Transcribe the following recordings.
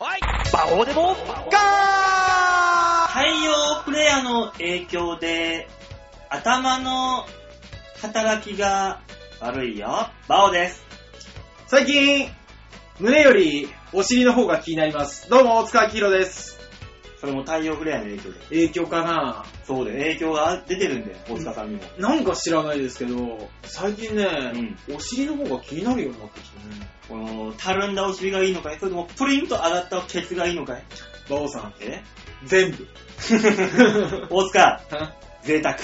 オーデモガー太陽プレイヤーの影響で、頭の働きが悪いよ。バオです。最近、胸よりお尻の方が気になります。どうも、大塚明宏です。それも太陽プレイヤーの影響で。影響かなそうで、影響が出てるんだよ、大塚さんにも。なんか知らないですけど、最近ね、お尻の方が気になるようになってきてね。この、たるんだお尻がいいのかいそれとも、プリンと上がったケツがいいのかい馬王さん、え全部。大 塚、贅沢。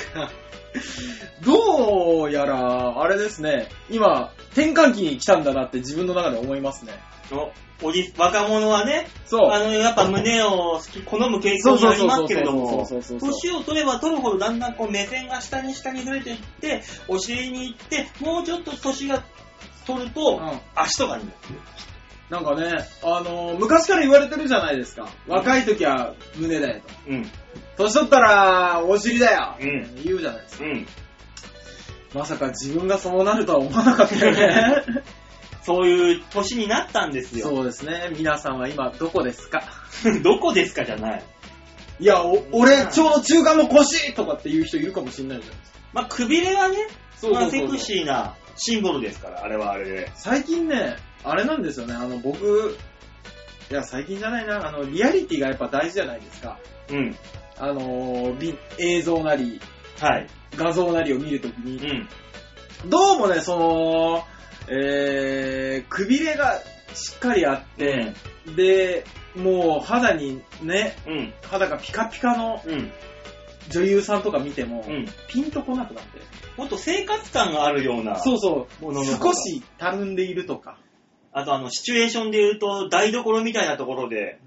どうやら、あれですね、今、転換期に来たんだなって自分の中で思いますね。おおじ若者はね、そう。あの、やっぱ胸を好き、好む傾向そうにそうありそうまそすうけれども、そうそうそうそう。年を取れば取るほどだんだんこう目線が下に下にずれていって、お尻に行って、もうちょっと年が取ると、うん足とかになる。なんかね、あの昔から言われてるじゃないですか。若い時は胸だよと。うん。年取ったらお尻だよ。うん言うじゃないですか。うん。まさか自分がそうなるとは思わなかったよ ね。そういう年になったんですよ。そうですね。皆さんは今どこですか どこですかじゃない。いや、お俺、超中間の腰とかっていう人いるかもしれないじゃないですか。まあ、くびれはね、そうまそうそあ、うそうセクシーなシンボルですから、あれはあれで。最近ね、あれなんですよね。あの、僕、いや、最近じゃないな。あの、リアリティがやっぱ大事じゃないですか。うん。あのー、び映像なり、はい。画像なりを見るときにう、ん。どうもね、その、えー、くびれがしっかりあって、で、もう肌にね、うん。肌がピカピカのうん。女優さんとか見ても、うん。ピンとこなくなって。もっと生活感があるような。そうそうものの、方が少したるんでいるとか。あと、あの、シチュエーションで言うと、台所みたいなところで、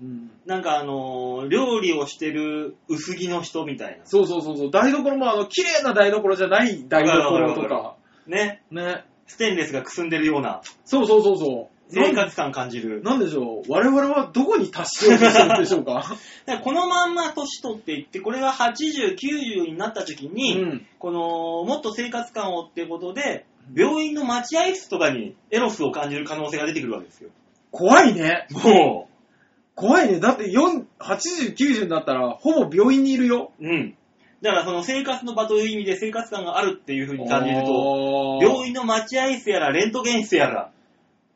なんかあのー料理をしてる薄着の人みたいな。そうそうそうそう、台所もあの、綺麗な台所じゃない台所とわかるか。ね。ね。ステンレスがくすんでるような、そうそうそうそう。生なん活感感じる。なんでしょう、我々はどこに達しようとしてるんでしょ うか。だからこのまんま年取っていって、これが80、90になった時うに、ん。この、もっと生活感をってことで、病院の待合室とかにエロスを感じる可能性が出てくるわけですよ。怖いね。も怖いね。だって4、80、90になったら、ほぼ病院にいるよ。う、うん。だからその生活の場という意味で生活感があるっていう風に感じると、と病院の待合室やらレントゲン室やら、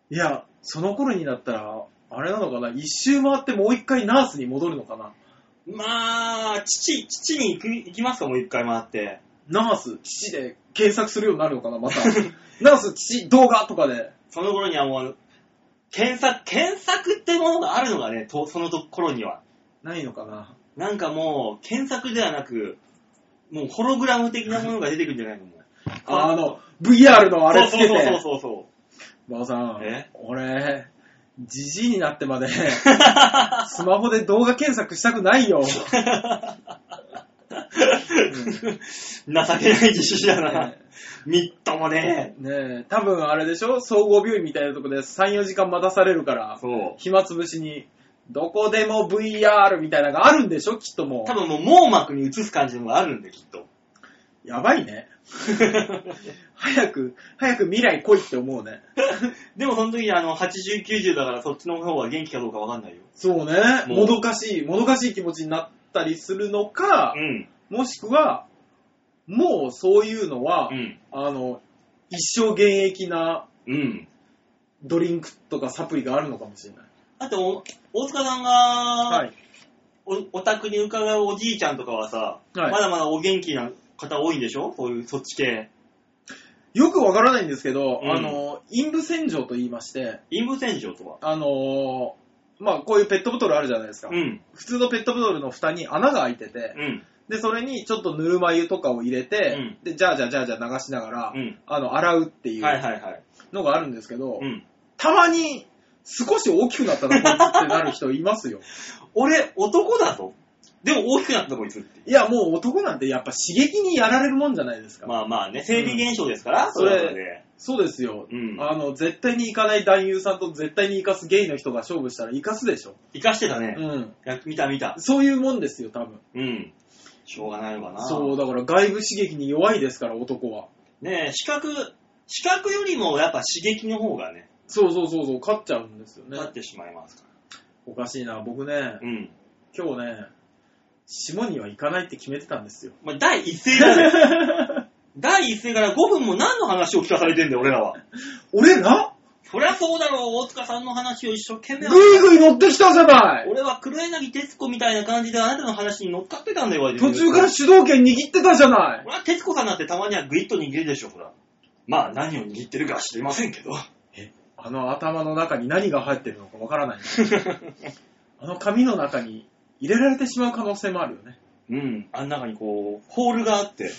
いや、その頃になったら、あれなのかな、一周回ってもう一回ナースに戻るのかな。まあ、父、父に行く行きますか、もう一回回って。ナース、父で検索するようになるのかな、また。ナース、父、動画とかで。その頃にはもう、検索、検索ってものがあるのがね、とそのと頃には。ないのかな。なんかもう、検索ではなく、もうホログラム的なものが出てくるんじゃないのもう。ああの、VR のあれつけそうそうて。そうそう馬場さんえ、俺、じじいになっ てまで、スマホで動画検索したくないよ。そう。情けない自主だなね。みっともね。ねえ、多分あれでしょ総合病院みたいなとこで3、4時間待たされるから、そう。暇つぶしに、どこでも VR みたいなのがあるんでしょきっとも多分もう網膜に映す感じのがあるんで、きっと。う。やば いね。早く、早く未来来いって思うね。でもその時にあの、80、90だからそっちの方が元気かどうかわかんないよ。そうね。もうもどかしい、もどかしい気持ちになったりするのかう、ん。もしくは、もうそういうのは、うん。あの、一生現役なうん。ドリンクとかサプリがあるのかもしれない。だってお、大塚さんが、はい。お、お宅に伺うおじいちゃんとかはさ、はいまだまだお元気な方多いんでしょそういう、そっち系。よくわからないんですけど、うんあの、陰部洗浄と言いまして、陰部洗浄とは。あのーまあ、こういうペットボトルあるじゃないですか。うん、普通のペットボトルの蓋に穴が開いてて、うん、で、それにちょっとぬるま湯とかを入れて、で、じゃあじゃあじゃあじゃあ流しながら、うん。あの、洗うっていはいうはいはい。のがあるんですけど、うん。たまに少し大きくなったな、こいつってなる人いますよ。俺、男だぞ。でも大きくなったこいつって。 いや、もう男なんてやっぱ刺激にやられるもんじゃないですか。まあまあね、生理現象ですから、うんそれはね。そうですよ。うんあの、絶対に行かない男優さんと絶対に行かすゲイの人が勝負したら行かすでしょ。生かしてたね。うん。いや見た見た。そういうもんですよ、多分。うん。しょうがないのかな。そう、だから外部刺激に弱いですから、男は。ねえ、視覚、視覚よりもやっぱ刺激の方がね、そうそうそうそう、勝っちゃうんですよね。なってしまいますから。おかしいな。僕ね、うん。今日ね、下には行かないって決めてたんですよ。まあ、第一声だね。第一声から5分も何の話を聞かされてんだよ、俺らは。 俺らそりゃそうだろう、大塚さんの話を一生懸ぐ命。いぐい乗ってきたじゃない俺は黒柳徹子みたいな感じであなたの話に乗っかってたんだよ、途中から主導権握ってたじゃない俺は徹子さんなんてたまにはグイッと握るでしょ、ほら。まあ、何を握ってるかは知りません けど。あの頭の中に何が入ってるのかわからない。あの紙の中に入れられてしまう可能性もあるよね。うん、あん中にこう、ホールがあって。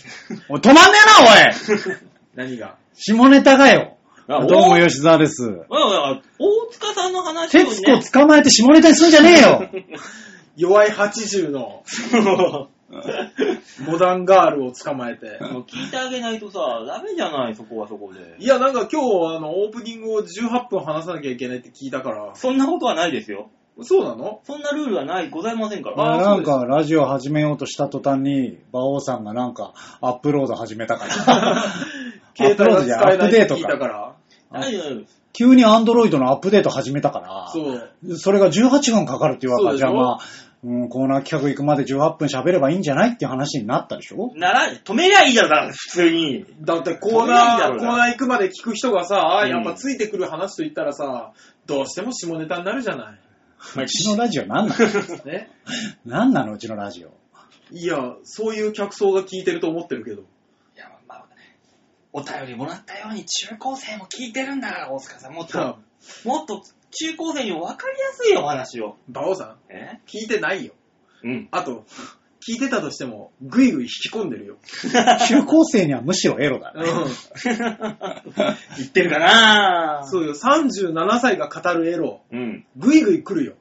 おい止まんねえな、おい何が下ネタがよ。あどうもお吉沢です。ああ大塚さんの話を徹子ね。 捕まえて下ネタにすんじゃ ねえよ。弱い80のそうモダンガールを捕まえて。もう聞いてあげないとさ、ダメじゃない、そこはそこで。いや、なんか今日、あの、オープニングを18分話さなきゃいけないって聞いたから、そんなことはないですよ。そうなのそんなルールはない、ございませんから。あーなんか、ラジオ始めようとした途端に、馬王さんがなんか、アップロード始めた から。携帯が使えないってアップデートか聞いたから。あ大丈夫大丈夫です急にアンドロイドのアップデート始めたから。そう。それが18分かかるって言われたら、じそゃうあでしょまあ、うん、コーナー企画行くまで18分喋ればいいんじゃないっていう話になったでしょなら、止めりゃいいじゃん、だから普通に。だってコーそれがいいだナろー、うコーなナー行くまで聞く人がさ、うんやっぱついてくる話と言ったらさ、どうしても下ネタになるじゃなまあうちのラジオ何 なのい。ね。何なのうちのラジオ。いや、そういう客層が聞いてると思ってるけ ど。いや、まあ、お便りもらったように中高生も聞いてるんだから、大塚さん。もっと、もっと中高生に分かりやすいよ、お話を。バオさえん、聞いてないよ。 うん。あと、聞いてたとしても、ぐいぐい引き込んでるよ。中高生にはむしろエロだね。う。言ってるかなん そうよ、37歳が語るエロ、うん。ぐいぐい来るよ。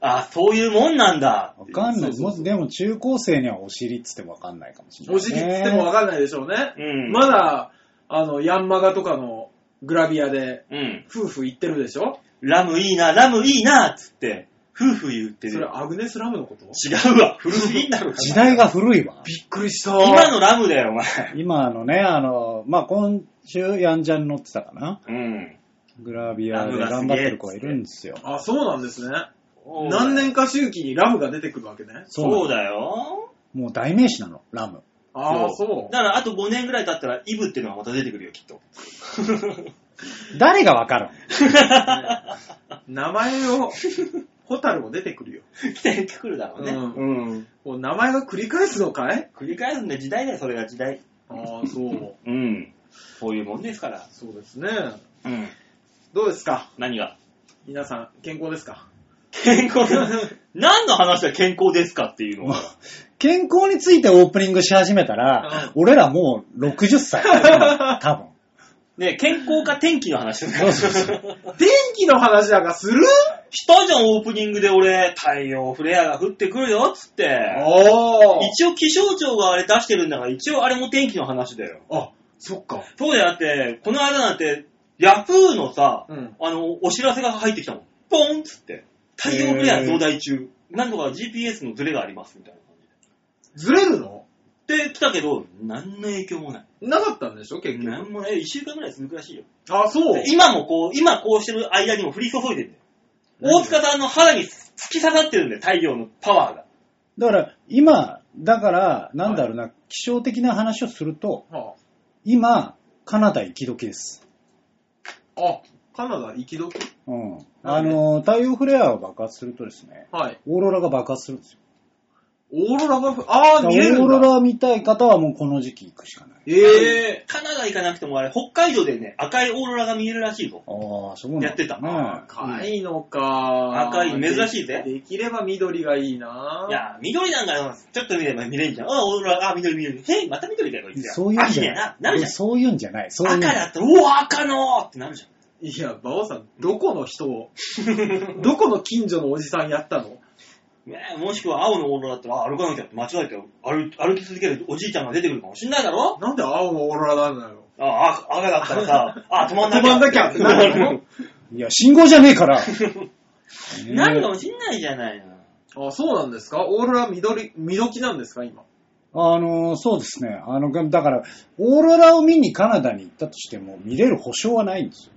あ、そういうもんなんだ。わかそんない。うそうそうもでも中高生にはお尻っつってもわかんないかもしれない、お尻っつってもわかんないでしょうね。うんまだ、あの、ヤンマガとかのグラビアで、うん。夫婦行ってるでしょラムいいな、ラムいいな、つって、夫婦言ってそれる。アグネス・ラムのこと違うわ。古すぎんだろ。時代が古いわ。びっくりした。今のラムだよ、お前。今あのね、あの、まあ、今週ヤンジャン乗ってたかな。うん。グラビアで頑張ってる子がいるんですよ。あ、そうなんですね。何年か周期にラムが出てくるわけね。そうだよ。もう代名詞なの、ラム。ああ、そうそだからあと5年ぐらい経ったら、イブっていうのがまた出てくるよ、きっと。 誰がわかるのう。 名前を、ホタルも出てくるよ。来てくるだろうね。うんうんもう名前が繰り返すのかい繰り返すんで時代だよ、それが時代。ああ、そう。うん。こういうもんですから。そうですね。うん。どうですか何が皆さん、健康です か健康で何の 話が健康ですかっていうのは。健康についてオープニングし始めたら、俺らもう60歳。 多分。ね健康か天気の話ですそうそうそ天気の話なんかするしたじゃん、オープニングで俺、太陽フレアが降ってくるよ、つって。お一応気象庁があれ出してるんだから、一応あれも天気の話だよ。あ、そっか。そうだよ、だって、この間なんて、ヤフーのさ、うん。あの、お知らせが入ってきたもん。ポンっつって。太陽フレア増大中。なんとか GPS のズレがあります、みたいな感ずれるのじで。で、来たけど、何の影響もない。なかったんでしょ結局。何もない。1週間ぐらい続くらしいよ。あ、そうで。今もこう、今こうしてる間にも降り注いでるんだよ。大塚さんの肌に突き刺さってるんだよ、太陽のパワーが。だから、今、だから、なんだろうな、気象的な話をすると、は今、カナダ行き時です。あ、あカナダ行き時うん。あの、太陽フレアが爆発するとですね、はい。オーロラが爆発するんですよ。オーロラが、あだあ、からオ見えるーんだロラ見たい方はもうこの時期行くしかない。ええカナダ行かなくてもあれ、北海道でね、赤いオーロラが見えるらしいぞ。ああ、そうなんだ、やってたね赤いのか。赤い珍しいぜでできれば緑がいいないや、緑なんかよちょっと見れば見れんじゃん。あ、オーロラ、あ、緑緑。へい、また緑だよ、こいつら。そういうん秋じだゃよないな。。なるじゃん。そういうんじゃない。そういうん赤じゃないだったら、うわ、赤のーってなるじゃん。いや、馬王さん、どこの人 を、 どこの近所のおじさんやったのねえもしくは青のオーロラだったら、あ歩かなきゃって間違えて歩歩き続けるおじいちゃんが出てくるかもしんないだろなんで青のオーロラなんだよ。 あ、あ赤だったらさ、 あ、止まんな止きゃ。まんなきゃってなる のいや、信号じゃねえから。なるかもしんないじゃないの。あ、そうなんですかオーロラ緑、見どきなんですか今。あの、そうですね。あの、だから、オーロラを見にカナダに行ったとしても、見れる保証はないんですよ。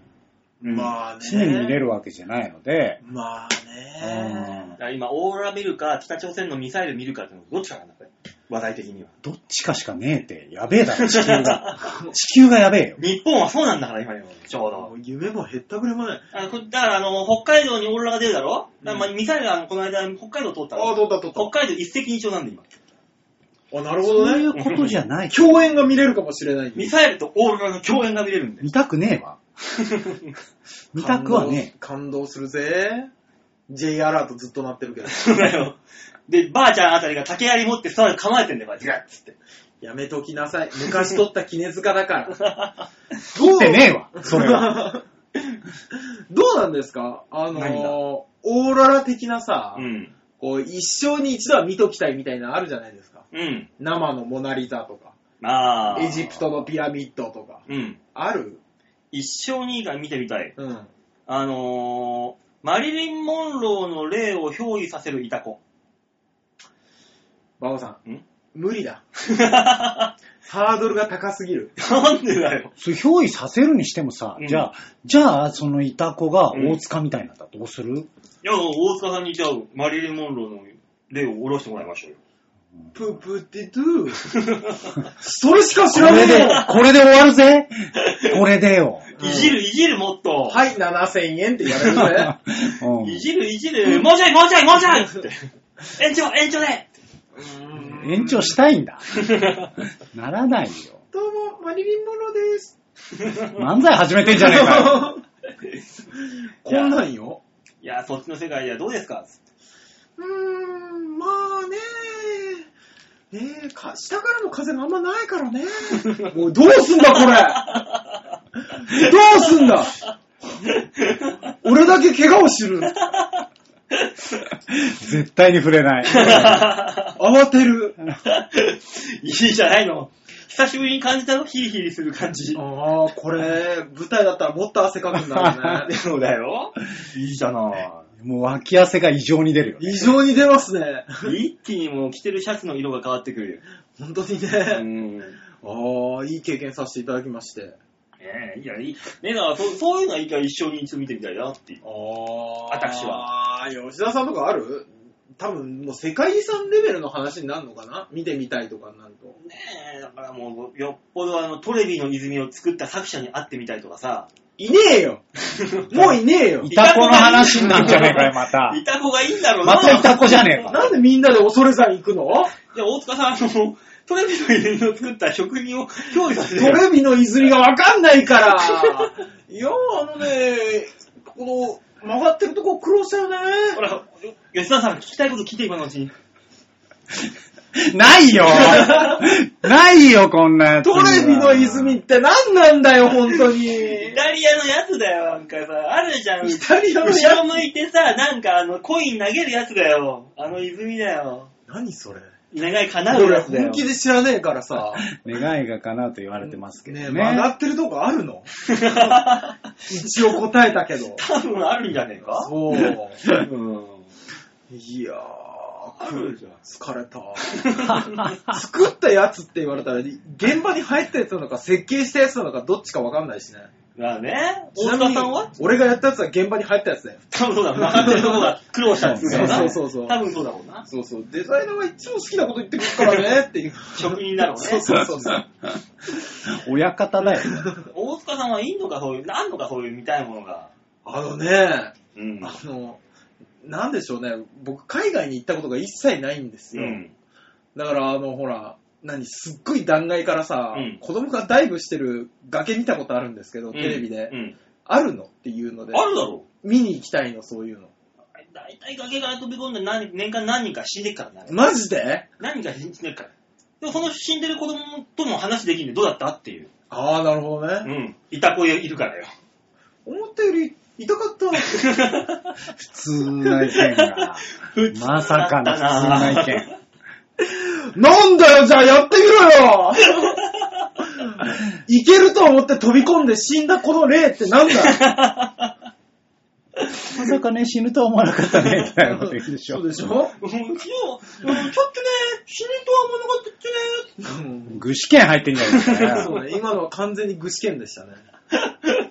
うんまあね常に見れるわけじゃないので、まあうねんだから今、オーロラ見るか、北朝鮮のミサイル見るかっていうのどっちかなんだ、これ。話題的には。どっちかしかねえって、やべえだろ、地球が。地球がやべえよ。 日本はそうなんだから、今よ、ちょうもど。う夢も減ったくれもない。あこだから、あの、北海道にオーロラが出るだろだからまあミサイルがこの間、北海道通ったああ、ろどうだ、どう北海道一石二鳥なんで、今。だ。あ、なるほそうどいね。うことじゃない。共演が見れるかもしれない。ミサイルとオーロラの共演が見れる んで。見たくねえわ。見たくはね感動。感動するぜ。J アラートずっと鳴ってるけど。そうだよ。で、ばあちゃんあたりが竹槍持って、そう構えてんだよ、こうやってガッつって。やめときなさい。昔撮った絹塚だから。え。撮ってねえわ、それは。どうなんですかあのー何がオーロラ的なさ、うん。こう一生に一度は見ときたいみたいなのあるじゃないですか。うん。生のモナリザとか、ああ。エジプトのピラミッドとか。うん。ある一生にいいから見てみたい。うん。あのー、マリリン・モンローの霊を憑依させるイタコ。バオさんん。無理だ。 なハードルが高すぎる。んでだよ。それ憑依させるにしてもさ、うんじゃあ、じゃあ、そのイタコが大塚みたいになったらどうすいる、や、大塚さんにじゃあ、マリリン・モンローの霊を下ろしてもらいましょうよ。プープーって ドゥー。それしか知らこねれえでよ。、これで終わるぜこれでよ。うんいじる、いじる、もっと。はい、7000円ってやれる ね。うんいじる、いじる。もうちょい、もうちょい、もうちょいつ って。延長、延長で延長したいんだ。ならないよ。どうも、マリリンモロです。漫才始めてんじゃねえ かよ。こんなんよ。いや、そっちの世界ではどうですかつ ってうーん、まあねねえか、下からの風があんまないからね。 もうどうすんだ、これ。どうすんだ。俺だけ怪我を知る。絶対に触れない。慌てる。 いいじゃないの。久しぶりに感じたのヒリヒリする感じ。ああ、これ、舞台だったらもっと汗かくんだろ うね。そうだよ。いいじゃない。もう脇汗が異常に出るよ、ね。異常に出ますね。 一気にもう着てるシャツの色が変わってくるよ。本当にう ね。ん。ああ、いい経験させていただきまして。ねえ、いや、いい。ねえ、だからそそういうのはいいから一生に一度見てみたいなっていう。ああ。私は。吉田さんとかある多分、もう世界遺産レベルの話になるのかな見てみたいとかになると。ねえ、だからもう、よっぽどあの、トレビの泉を作った作者に会ってみたいとかさ、いねえよもういねえよイタコの話になるんじゃねえかよ、また。イタコ がいいんだろうな。またイタコじゃねえか。なんでみんなで恐れ山行くのじゃあ、大塚さん、あの、トレビの泉を作った職人を憑依させトてよ。レビの泉がわかんないから いや、あのね、この曲がってるとこ苦労したよね。ほら、吉田さん、聞きたいこと聞いて今のうちに。 ない よないよ、こんなやつ。トレビの泉って何なんだよ、本当に。イタリアのやつだよ、なんかさ、あるじゃん。イタリアのやつ後ろ向いてさ、なんかあの、コイン投げるやつだよ。あの泉だよ。何それ願い叶う俺やつだ本よ。気で知らねえから さ。願いが叶うと言われてますけどねね。え、曲がってるとこあるの一応答えたけど。 多分あるんじゃねえかそう。うん。 いやあー、るじゃん。疲れた。作ったやつって言われたら、現場に入ったやつなのか、設計したやつなのか、どっちかわかんないしね。まあね、ち大塚なみにさんは俺がやったやつは現場に入ったやつだよ。多分そうだ、曲がってるとこが苦労したんですよな。そうそうそうそう多分そうだもんな。そうそう、デザイナーは一応好きなこと言ってくるからねっていう。職人だろうねそうそうそ うそう。親方だよ。大塚さんはいいのか、そういう、なんのかそういう見たいものが。あのね、うん。あの、なんでしょうね、僕海外に行ったことが一切ないんですうよ。ん。だから、あの、ほら、何、すっごい断崖からさ、うん子供がダイブしてる崖見たことあるんですけど、テレビで。うん。あるのっていうので、あるだろう。見に行きたいの、そういうの。大体崖から飛び込んで何年間何人か死んでっからな。マジで何人か死んでっから。でもその死んでる子供とも話できるんでどうだったっていう。ああ、なるほどうね。ん。いた子いるからよ。思ったより痛かった。普通な意 見が。まさかの普通な意見。なんだよ、じゃあやってみろよいけると思って飛び込んで死んだこの霊ってなん だまさかね、死ぬとは思わなかったね、みたいなこと言うでしそょう。でしょもう昨日、うんちょっとね、死ぬとは思わなかったっちうん具志堅 入ってんじゃないですかそうね、今のは完全に具志堅でしたね。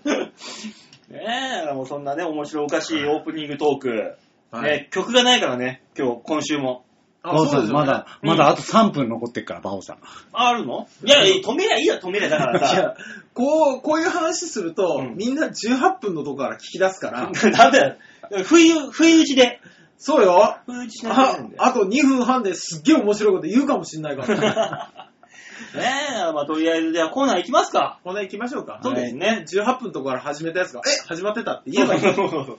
ね。ね ねえ、もうそんなね、面白おかしいオープニングトーク。はいね、曲がないからね、今日、今週も。あバオさ、そうんですよねまだ、うんまだあと3分残ってるから、バオさん。あ、あるのいや、いや止めりゃいいや、止めりゃ。だ からいさ。や、こう、こういう話すると、うんみんな18分のとこから聞き出 すから、ダメだよ。不意、不意打ちで。そうよ。不意打ちしなきゃいけないあんだよあと2分半ですっげえ面白いこと言うかもし んないから。 ねえ、まあとりあえず、じゃあコーナー行きますか。この辺行きましょうか。そうですね。 18分のとこから始めたやつが、え、始まってたって言え ばいい。そうそうそう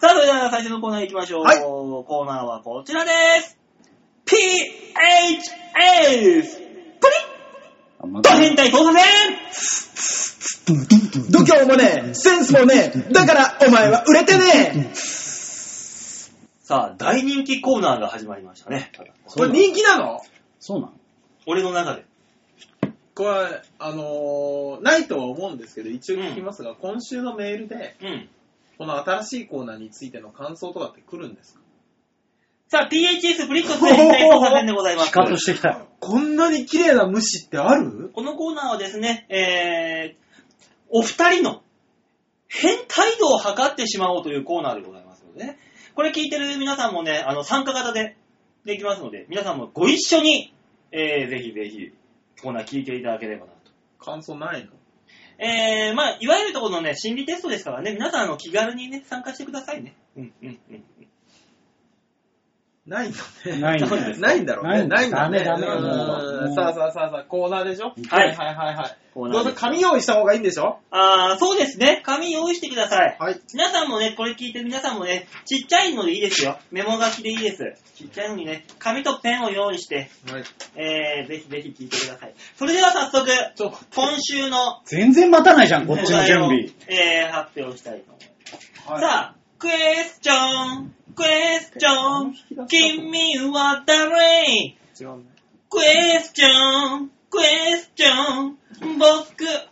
さあ、それでは最初のコーナー行きましょう。はいコーナーはこちらです。PHS! プあまリッとだ変態交差戦度胸もね、センスもね、だからお前は売れてね。さあ、大人気コーナーが始まりましたね。これ人気なのそうなの俺の中で。これ、あのーないとは思うんですけど、一応聞きますが、今週のメールで、うん。この新しいコーナーについての感想とかって来るんですかさあ、PHS ブリックス 変態交差戦でございます。企画してきたよ。こんなに綺麗な虫ってあるこのコーナーはですね、えー、お二人の変態度を測ってしまおうというコーナーでございますのでね、これ聞いてる皆さんもね、あの、参加型でできますので、皆さんもご一緒に、えー、ぜひぜひ、コーナー聞いていただければなと。感想ないのえー、まあ、いわゆるところのね、心理テストですからね、皆さんあの気軽にね、参加してくださいね。うん、うん、うん。ないのね。ないんだよ ないんだろうね。なないいんんだだね。ダメダうーメんもうさあさあさあさあ、コーナーでしょはいはいはいはい。コーナどーうでせ紙用意した方がいいんでしょあー、そうですね。紙用意してください。はい。皆さんもね、これ聞いてる皆さんもね、ちっちゃいのでいいですよ。メモ書きでいいです。ちっちゃいのにね、紙とペンを用意して、はい。えー、ぜひぜひ聞いてください。それでは早速、ちょっと待って今週の全然待たないじゃん、こおっちの題準を、備。えー、発表したいと思います。はいさあ、クエスチョン、クエスチョン、違君は誰うね。クエスチョン、クエスチョン、僕、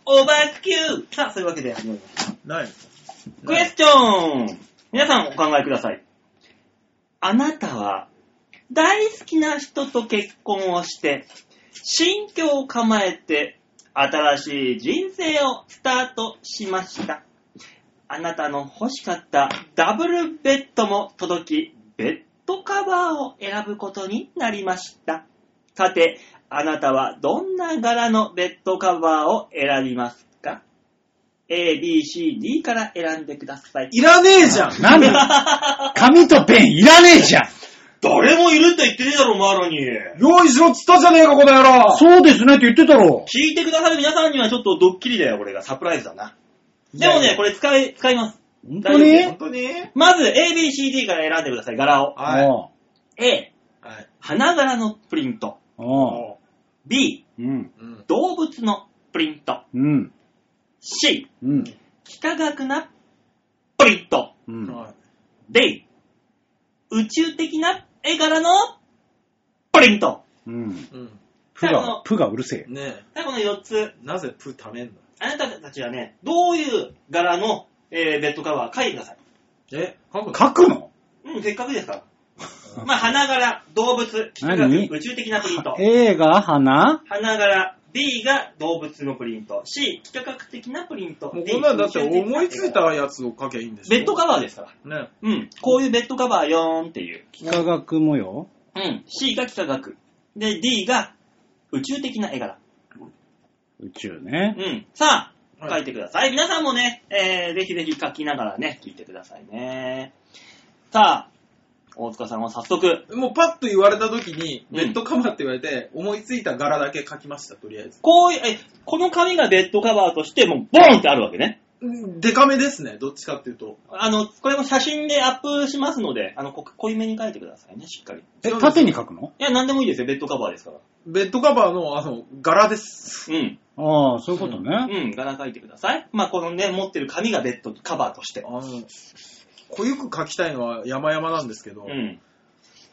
オバキュー。さあ、そういうわけで始まります。ないクエスチョン皆さんお考えください。あなたは大好きな人と結婚をして、新居を構えて新しい人生をスタートしました。あなたの欲しかったダブルベッドも届き、ベッドカバーを選ぶことになりました。さて、あなたはどんな柄のベッドカバーを選びますか ?A, B, C, D から選んでください。いらねえじゃんなんだ紙とペンいらねえ じゃん。誰もいるって言ってねえだろ、お前らに。用意しろっつったじゃねえか、この野郎そうですねって言ってたろ。聞いてくださる皆さんにはちょっとドッキリだよ、これが。サプライズだな。でもいやいね、やこれ使い、使います。本大当丈夫にだ本よ当にまず ABCD から選んでください、柄を。はい。お A、はい。花柄のプリント。うおう B、うん。うん。動物のプリント。うん。 C、うん。幾何学なプリント。うん。はい D、宇宙的な絵柄のプリント。うん。うん。プ最後がの、、プがうるせえ。ね最後の4つ。え、なぜプためんのあなたたちはね、どういう柄の、えーベッドカバー書いてください。え、書くの書くのうん、せっかくです から。まあ、花柄、動物、幾何何学、宇宙的なプリント。 A が花花柄、B が動物のプリント、C、幾何学的なプリント。もう D こんなんだって思いつい。宇宙的なたやつを書けばいいんでしょベッドカバーですから。ね。うん、こういうベッドカバーよーんっていう。幾何学模様うん、C が幾何学。で、D が宇宙的な絵柄。宇宙うね。ん、さあ、は書いいてください。皆さんもね、えー、ぜひぜひ書きながらね、聞いてくださいね。さあ、大塚さんは早速、もうパッと言われた時に、うんベッドカバーって言われて、思いついた柄だけ書きました、とりあえず。こういう、え、この紙がベッドカバーとして、もう、ボーンってあるわけね。うんデカめですね、どっちかっていうと。あの、これも写真でアップしますので、あの、こ濃いめに書いてくださいね、しっかり。いえ、縦に書くのや、なんでもいいですよ、ベッドカバーですから。ベッドカバーの、あの、柄です。うん。ああ、そういうことね。うん、柄書いてください。まあ、このね、持ってる紙がベッドカバーとして。あの、濃ゆく書きたいのは山々なんですけど、うん。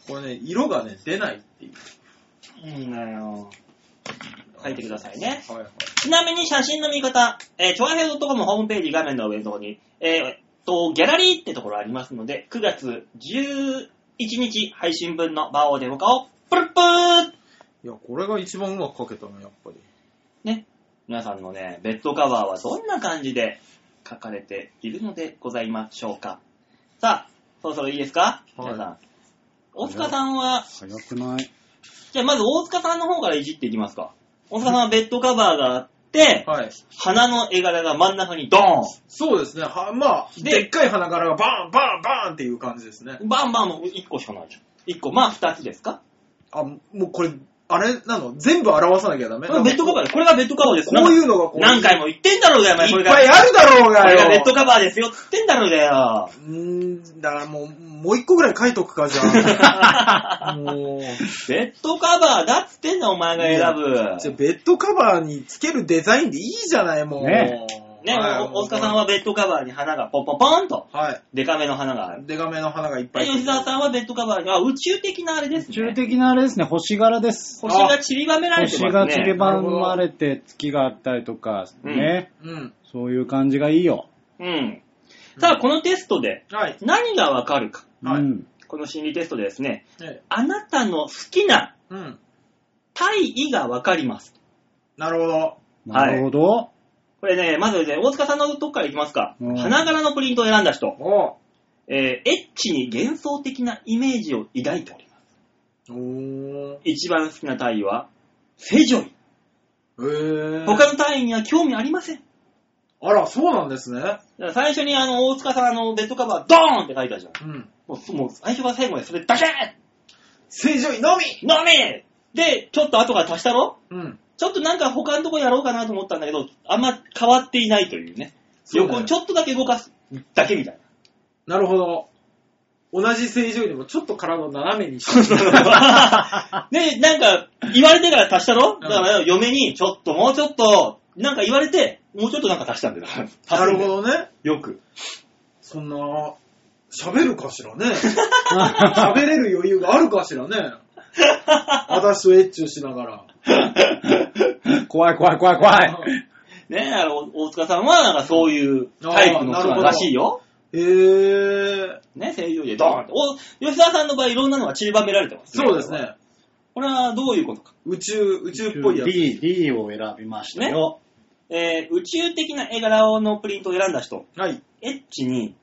これね、色がね、出ないっていう。うんだよ。書いてくださいね。はいはい。ちなみに写真の見方、えー、ちょわへい .com ホームページ画面の上のところに、えーっと、ギャラリーってところありますので、9月11日配信分のバオデモカを、プルップーいや、これが一番うまく書けたの、やっぱり。ね、皆さんのね、ベッドカバーはどんな感じで書かれているのでございましょうか。さあ、そろそろいいですか、はい皆さん。大塚さんは、早くないじゃあまず大塚さんの方からいじっていきますか。大塚さんはベッドカバーがあって、はい。花の絵柄が真ん中にドーそうですね。はまあ、ででっかい花柄がバーン、バーン、バーンっていう感じですね。ンバンバンもう1個しかないじゃん。1個、まあ2つですかあ、もうこれ、あれなの全部表さなきゃダメこれベッドカバーです。これがベッドカバーです。こういうのがこう。何回も言ってんだろうがよ、お前。こいっれぱいが、あるだろうこがれがよ。ベッドカバーですよ、つってんだろうがよ。うーん、だからもう、もう一個ぐらい書いとくか、じゃあ。もう、ベッドカバーだっつってんだ、お前が選じゃあぶ。ベッドカバーにつけるデザインでいいじゃない、もう。ねね、はいお大塚さんはベッドカバーに花がポンポンポンと、はい。デカめの花がある。デカめの花がいっぱで、い。吉沢さんはベッドカバーに、あ、宇宙的なあれです宇ね。宙的なあれですね、星柄です。星が散りばめられて星ますが散りね。ばまれて月があったりとか、うんね、うん。そういう感じがいいよ。うん。さあ、このテストではい。何がわかるか。うはいん。この心理テストでですね、ねあなたの好きなうん。体位がわかります。なるほど。なるほど。 これね、まずね、大塚さんのとこからいきますか。うん花柄のプリントを選んだ人、おえーエッチに幻想的なイメージを抱いております。お一番好きな体位は、セジョイ。ー。へえ。他の体位には興味ありません。あら、そうなんですね。だから最初にあの、大塚さんあのベッドカバー、ドーンって書いたじゃん。うん。もう、もう最初から最後までそれだけ正常位のみのみで、ちょっと後から足したろうん。ちょっとなんか他のとこやろうかなと思ったんだけど、あんま変わっていないというね。そうだよ横にちょっとだけ動かすだけみたいなるほど。同じ正常よりもちょっと体を斜めにして。な。で、なんか言われてから足したろんだから嫁にちょっともうちょっと、なんか言われて、もうちょっとなんか足したんだよ。なるほど。どね。よく。そんな、喋るかしらね。喋れる余裕があるかしらね。私とエッチをしながら。怖い怖い怖い怖い。ねえ、お大塚さんはなんかそういうタイプの人なんらしいよ。へえ。ね、正常でドーンって。お吉沢さんの場合いろんなのが散りばめられてます、そうです。ね。これはどういうことか。宇宙、宇宙っぽいやつ。 D、D を選びましたよ。えー宇宙的な絵柄のプリントを選んだ人。はい。エッチに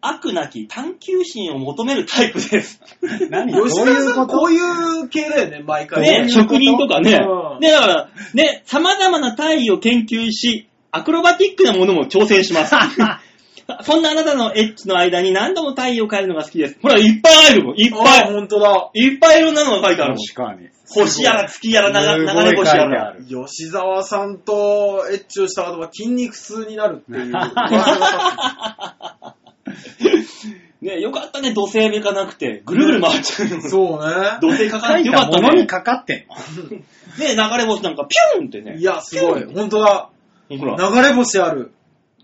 悪なき探求心を求めるタイプです。何どう吉田いうさこん、ことういう系だよね、毎回。ね、そういうこと職人とかね。うんね、だから、ね、様々な体位を研究し、アクロバティックなものも挑戦します。そんなあなたのエッチの間に何度も体位を変えるのが好きです。ほら、いっぱいあるもん。いっぱあい。本当だ。いっぱいいろんなのが書いてあるもん。確かに。星やら月やらす流ごい流れ星や書いてあら。る吉沢さんとエッチをした後は筋肉痛になるっていう噂がね、よかったね、土星目かなくて。ぐるぐる回っちゃう。立つ。そう土ね。星かか書なくいてよかたっもたのねに。かかってんの。ね、流れ星なんかピューンってね。いや、すごい。本当だ。ほら。流れ星ある。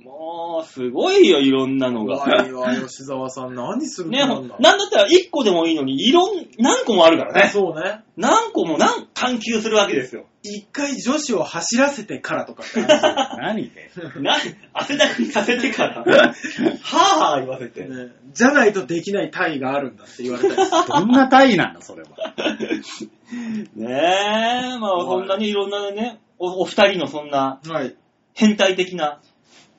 もう、すごいよ、いろんなのが。怖いわ、吉沢さん。何する気ね、なほんんだ。なんだったら1個でもいいのに、いろん、何個もあるからね。そうね。何個も何、探求するわけですよ。一回女子を走らせてからとかってあ何でな、汗だくにさせてから、はぁはぁ言わせてる。 よねじゃないとできない体位があるんだって言われたりするどんな単位なんだ、それは。ねえ、まあ、そんなにいろんなね、おお二人のそんなはい。変態的な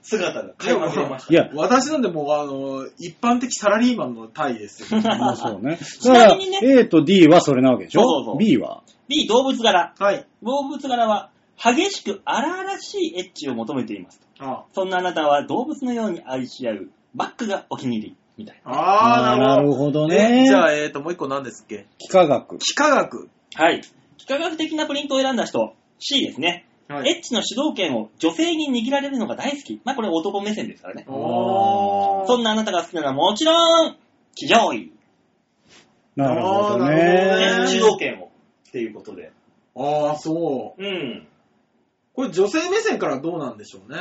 姿が垣間見れましいや、私なんでもう、あの、一般的サラリーマンの体位ですよ。まあそうね。ちなみにねだから A と D はそれなわけでしょそうそうそう ?B はた。B、動物柄。 はい。動物柄は、激しく荒々しいエッチを求めています。あそんなあなたは動物のように愛し合う、バックがお気に入り、みたいあー、ななるるほほどど。えね。じゃあ、えーと、もう一個何ですっけ幾何学。幾何学。な。はい。幾何学的なプリントを選んだ人、C ですね。はい。エッチの主導権を女性に握られるのが大好き。まあこれ男目線ですからね。おそんなあなたが好きなのはもちろん、騎乗位。なるほどへねーなるほ主ねど。導権を。っていうことで。ああ、そう。うん。これ女性目線からどうなんでしょうね。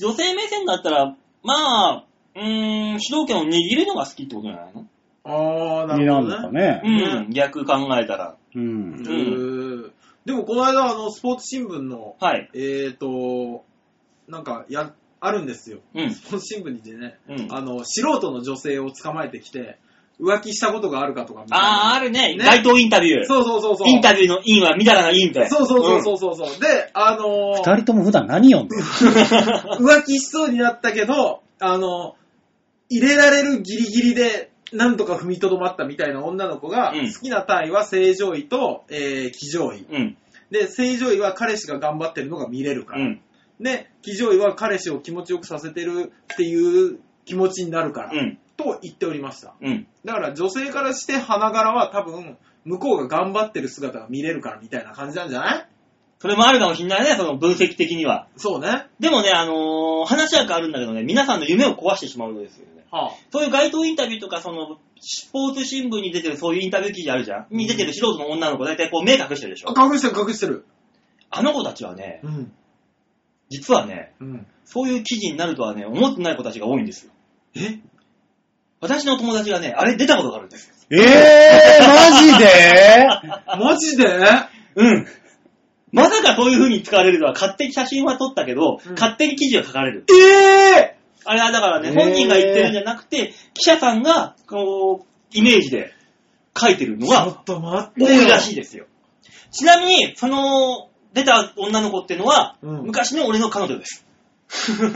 女性目線だったら、まあ、うーん、主導権を握るのが好きってことじゃないのああ、なにるなほんどのかね。ね。うん、逆考えたら。う。うんーんでもこの間、あの、スポーツ新聞の、はい。えーと、なんか、や、あるんですよ。うん。スポーツ新聞にでね、うん。あの、素人の女性を捕まえてきて、浮気したことがあるかとかみたいあな。あ、あるね。ね街頭インタビュー。そうそうそうそう。インタビューのインはみだらなインで。そうそうそうそうそう。うで、あのー二人とも普段何読んでる浮気しそうになったけど、あの、入れられるギリギリで、なんとか踏みとどまったみたいな女の子が、うん好きな単位は正常位と、えー、騎乗位。うん。うん。で、正常位は彼氏が頑張ってるのが見れるかうら。ん。で、騎乗位は彼氏を気持ちよくさせてるっていう気持ちになるから。うん。と言っておりました。うん。だから女性からして花柄は多分、向こうが頑張ってる姿が見れるからみたいな感じなんじゃないそれもあるかもしんないね、その分析的には。そうね。でもね、あのー話は変わるんだけどね、皆さんの夢を壊してしまうようですよね。はあ、そういう街頭インタビューとか、その、スポーツ新聞に出てるそういうインタビュー記事あるじゃんに出てる素人の女の子、大体こう目隠してるでしょ。あ隠してる隠してる。あの子たちはね、うん。実はね、うん。そういう記事になるとはね、思ってない子たちが多いんですよ。え私の友達がね、あれ出たことがあるんですよ。ええー、マジでマジでうん。まさかそういう風に使われるとは、勝手に写真は撮ったけど、うん勝手に記事が書かれる。ええあれはだからね、へー本人が言ってるんじゃなくて、記者さんが、こう、イメージで書いてるのちょがっと待って多よ。いらしいですよ。ちなみに、その、出た女の子ってのは、うん昔の俺の彼女です。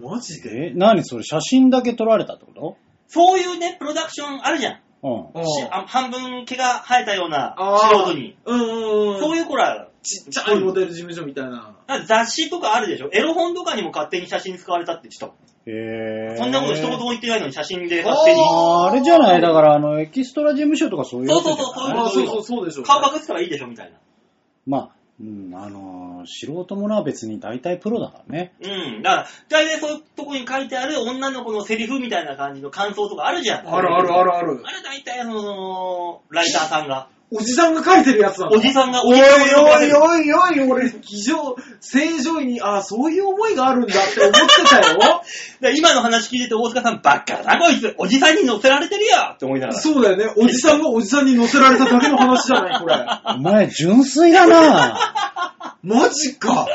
マジでえ、何それ写真だけ撮られたってこそういうね、プロダクションあるじゃん。とあしあ半分毛が生えたようなあー素人に。うんうんうん。そういう子ら、ちっちゃいモデル事務所みたいな。だから雑誌とかあるでしょ。エロ本とかにも勝手に写真使われたって人。うん。ええー。そんなこと一言も言ってないのに写真で勝手に。あーあれじゃないだから、あの、エキストラ事務所とかそういうやつじゃないそうそうああ、そうそうそうでしょうね。顔隠したらいいでしょ、みたいな。まあ、うん、あのー素人ものは別に大体プロだからね。うん。だから、大体そういうとこに書いてある女の子のセリフみたいな感じの感想とかあるじゃん。あるあるあるあるあ。れ大体、あのー、ライターさんが、おじさんが書いてるやつなのおじさんが、おいおいおいいおいおい、俺、非常、正常位に、ああ、そういう思いがあるんだって思ってたよ。今の話聞いてて大塚さん、ばっかだなこいつ、おじさんに乗せられてるよって思いながら。そうだよね。おじさんがおじさんに乗せられただけの話じゃない、これ。お前、純粋だなマジか。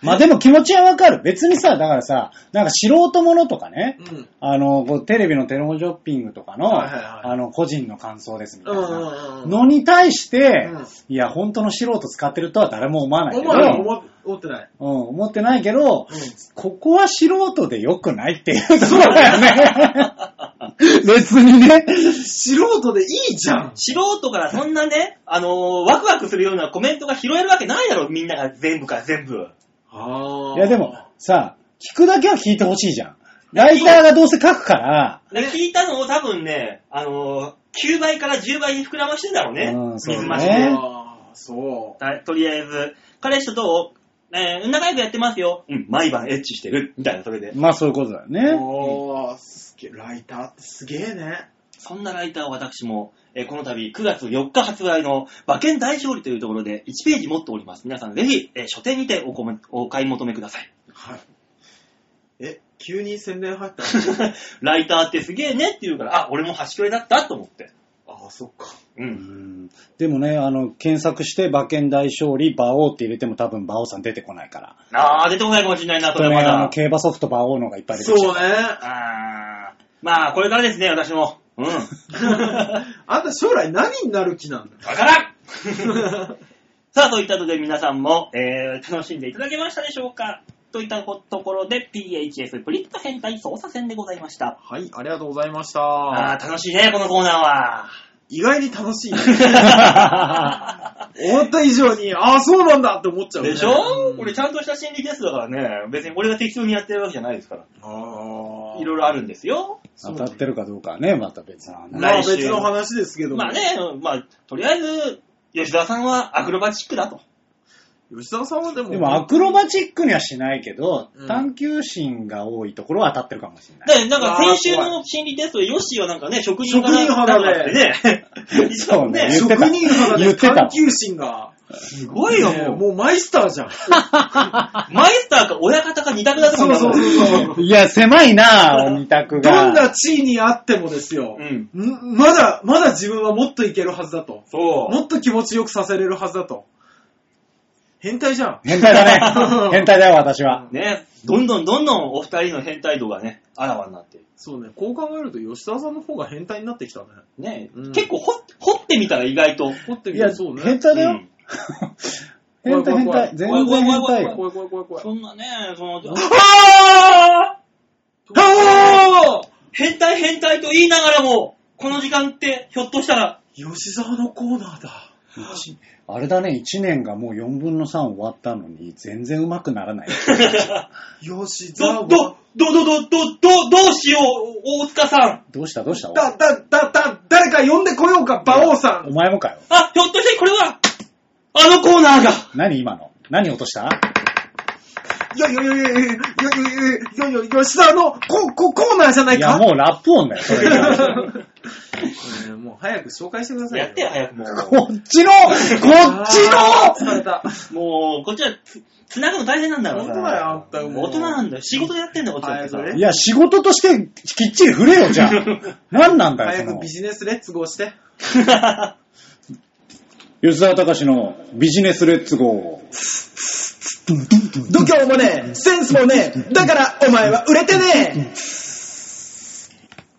まあでも気持ちはわかる。別にさ、だからさ、なんか素人ものとかね、うん。あの、こうテレビのテレホンショッピングとかの、はいはいはいあの、個人の感想ですみたういんうな。んうん。のに対して、うんいや、本当の素人使ってるとは誰も思わないけ思ど、わない思思ってない。うん、思ってないけど、うんここは素人で良くないっていうところだよね。別にね。素人でいいじゃん。素人からそんなね、あのー、ワクワクするようなコメントが拾えるわけないだろ、みんなが全部から全部。あいやでも、さ、聞くだけは聞いてほしいじゃん。ライターがどうせ書くから、で聞いたのを多分ね、あのー、9倍から10倍に膨らましてんだろうね。うんそうね水増マしジで。で。ああ、そう。はいとりあえず、彼氏とどうえー、仲良くやってますよ。うん、毎晩エッチしてる。みたいな、それで。まあそういうことだよね。おー、すげえ、ライターってすげえね。そんなライターを私も、えーこの度9月4日発売の馬券大勝利というところで1ページ持っております。皆さんぜひ、えー書店にておこめお買い求めください。 はい。え、急に宣伝入ったライターってすげえねって言うから、あ、俺も端くれだったと思って。ああ、そっか。う。うんんでもね、あの、検索して馬券大勝利、馬王って入れても多分馬王さん出てこないから。あー、出てこないかもしれないな、あそとれね、まあの、だ。競馬ソフト馬王のがいっぱい出てそきちゃうね。 あー、まあ、これからですね、私も。うん。 わ あんた将来何になる気なんだからん さあ、といったとで皆さんも、えー、楽しんでいただけましたでしょうかといったこところで、PHS プリット変態操作戦でございました。はい、ありがとうございましあた。ー楽しいね、このコーナーは。意外に楽 しいね。思った以上に、ああ、そうなんだって思っちゃうね、でしょ、うんこれちゃんとした心理テストだからね、別に俺が適当にやってるわけじゃないですから。ああ。いろいろあるんですよ。当たってるかどうかはね、また別な話。まあ来週別の話ですけども。まあね、まあ、とりあえず、吉田さんはアクロバチックだと。吉田さんはでも。でもアクロバチックにはしないけど、うん探求心が多いところは当たってるかもしれない。で、なんか先週の心理テストで、ヨッシーはなんかね、職人職人肌で ってね。一番ねそ、う職ね人肌言でってた探求心が。すごいよ、ねえももうマイスターじゃん。う。マイスターか親方か二択だとそ思うそうそうそう。いや、狭いなぁ、二択が。どんな地位にあってもですよ、うんんまだ、まだ自分はもっといけるはずだと。そう。もっと気持ちよくさせれるはずだと。変態じゃん。変態 だね。変態だよ、私は。ね、どんどんどんどんお二人の変態度がね、あらわになってる。そうね、こう考えると吉沢さんの方が変態になってきたね。ね、うん結構掘掘ってみたら意外と。掘っていみるや、とそうね。変態だうよん。変態変態。怖い全然変態よ。怖い怖い怖い怖い。そんなね、その、ああ変態変態と言いながらも、この時間って、ひょっとしたら、吉沢のコーナーだ。一あれだね、1年がもう4分の3終わったのに、全然うまくなら ない。吉沢ど、ど、ど、ど、ど、ど、ど、どうしよう、大塚さん。どうしたどうしただ、だ、だ、だ、誰か呼んでこようか、馬王さおん。前もかよ。あ、ひょっとしてこれは、あのコーナーが。何今の何落としたよ、よ、よ、よ、よ、よ、よ、よ、よ、吉沢のコ、コ、コーナーじゃないいか。や、もうラップ音だよ、 それ。ねもう早く紹介してくださいよ。やってよ、早くもう。こっちのこっちあーの疲れた。もう、こっちはつ、つなぐの大変なんだからさ。本当だよあんたもう大人なんだよ。仕事でやってんだよ、こっちだってさ早くいや、仕事としてきっちり振れよ、 じゃあ。何なんだよ、そ早のくビ。ジネスレッツゴーして。吉沢隆のビジネスレッツゴー。度胸もねえ、センスもねえ、だからお前は売れてねえ。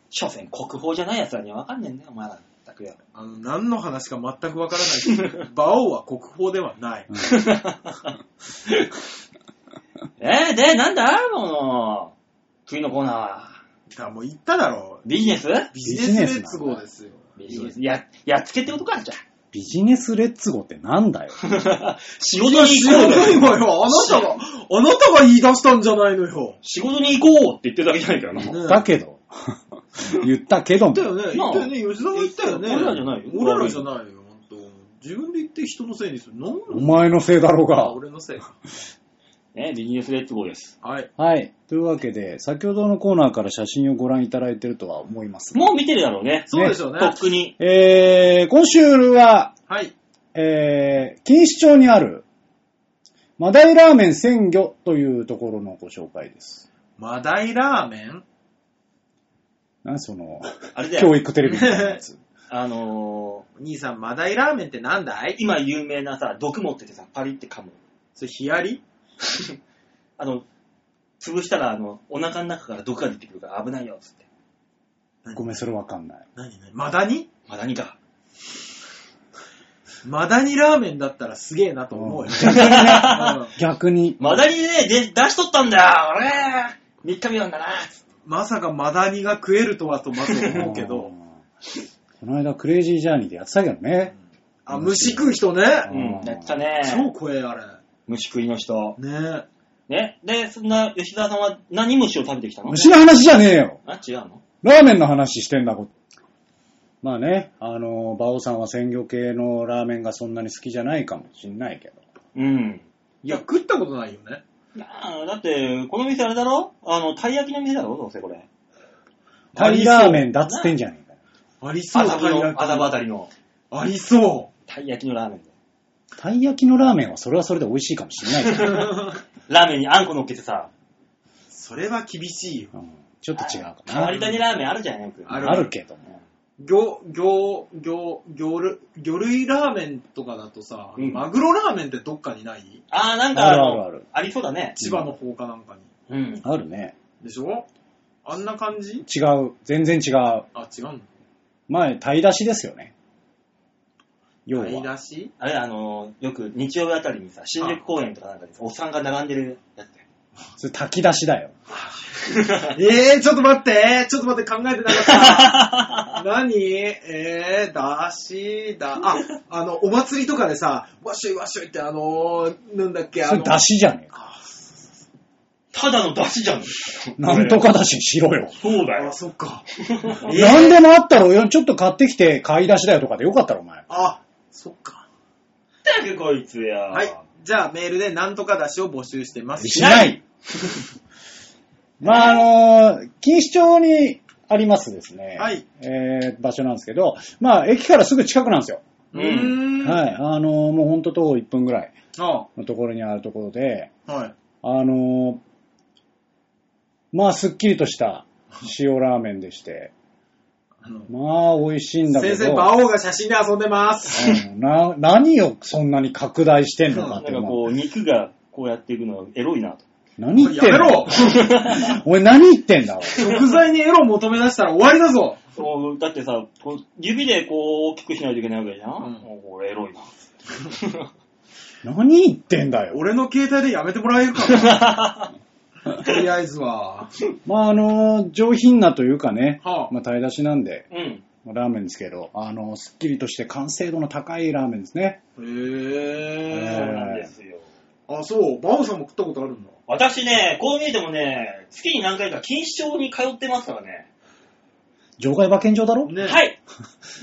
所詮国宝じゃない奴らには分かんねえんだよ、お前ら。たくや。 あの、何の話か全くわからないけど、馬王は国宝ではない。えー、で、なんだこの、次のコーナーは。だもう言っただろう。ビジネスビジネスレッツゴーですよ。ビジネス。や、やっつけってことか、じゃビジネスレッツゴーってなんだよ。 あ仕事に行こうよ。いわよ。あなたが、あなたが言い出したんじゃないのよ。仕事に行こうって言ってるだけじゃないからな。ねだけど。 言ったけども言った。よね。言ったよね。吉田が言ったよね。俺らじゃないよ俺らじゃないよ、本当。自分で言って人のせいにする。なんおの前のせいだろうあ、が。俺のせいか。 ね、ビジネスレッツゴーです。はい。はい。というわけで、先ほどのコーナーから写真をご覧いただいてるとは思います。もう見てるだろうね。そうでしょうねと。っくに。えー、今週は、はい。えー、錦糸町にある、マダイラーメン鮮魚というところのご紹介です。マダイラーメンなその、あれだ教よ。育テレビみたいなやつ。あのお兄さん、マダイラーメンってなんだーい今有名なさ、毒持っててさ、パリって噛む。それヒアリあの、潰したら、あの、お腹の中から毒が出てくるから危ないよ、つって。ごめん、それわかんない。何何マダニまだにか。マダニラーメンだったらすげえなと思うよ。うん逆に、マダニでね、で出しとったんだよ俺 !3 日目なんだなまさかマダニが食えるとはとまず思うけど。この間クレイジージャーニーでやってたけどね。あ、虫食う人ね。うん、やった超ね怖え、あれ。虫食いの人。ねえ。ね。で、そんな吉田さんは何虫を食べてきたの虫の話じゃねえよあ、違うのラーメンの話してんだこと。まあね、あの、馬王さんは鮮魚系のラーメンがそんなに好きじゃないかもしんないけど。うん。いや、食ったことないよね。あーだって、この店あれだろあの、たい焼きの店だろどうせこれ。タイラーメンだっつってんじゃねえかよ。ありそう、麻布たい焼の、き麻布あたりの、ありそたい焼きのラーメンで。たい焼きのラーメンはそれはそれで美味しいかもしんないけど。う。ラーメンにあんこ乗っけてさ、それは厳しいよ。うんちょっと違うか変な。わり種ラーメンあるじゃん、よく。ああるるけども。魚、魚、魚、魚類、魚類ラーメンとかだとさ、うんマグロラーメンってどっかにないあー、なんかあるのあるあるりそうだね。千葉の方かなんかに。うん。あるね。でしょあんな感じ違う。全然違う。あ、違うの前、鯛出しですよね。要買いは。出しあれ、あの、よく日曜日あたりにさ、新宿公園とかなんかでさ、おっさんが並んでるやつだよそれ炊き出しだよ。えー、ちょっと待って、ちょっと待って、考えてなか った。何えー、だし、だ、あ、あの、お祭りとかでさ、わっしょいわっしょいって、あのー、なんだっけ、あそれの、出しじゃねえか。 ただの出汁じゃん。 なんとか出ししろよ。そうだあ、よ。そっか。なんでもあったろよ。ちょっと買ってきて買い出しだよとかでよかったろ、お前。あ、そっか。ったくこいつや。はい。じゃあ、メールで、なんとかだしを募集してます。しない。まあ、あのー、錦糸町にありますですね。はい。えー場所なんですけど、まあ、駅からすぐ近くなんですよ。うーん。はい。あのーもうほんと徒歩1分ぐらいあのところにあるところで、はい。あのーまあ、すっきりとした塩ラーメンでして、あのまあ、美味しいんだけど。先生、馬王が写真で遊んでます。うんな、何をそんなに拡大してんのかなっんてか 思う。こう、肉がこうやっていくのはエロいなと。何言っやてんめのろ俺何言ってんだ食材にエロ求め出したら終わりだぞそうだってさ、こう指でこう大きくしないといけないわけじゃん、うんもうこれエ ロいな。俺何言ってんだよ。俺の携帯でやめてもらえるか なとりあえずは。まあ、あの、上品なというかね、はあまあ、鯛出しなんで、うん。まあラーメンですけど、あの、すっきりとして完成度の高いラーメンですね。へそうえ。なんですよ。あ、そう。馬王さんも食ったことあるんだ。私ね、こう見えてもね、月に何回か錦糸町に通ってますからね。場外馬券場だろ、ねはい、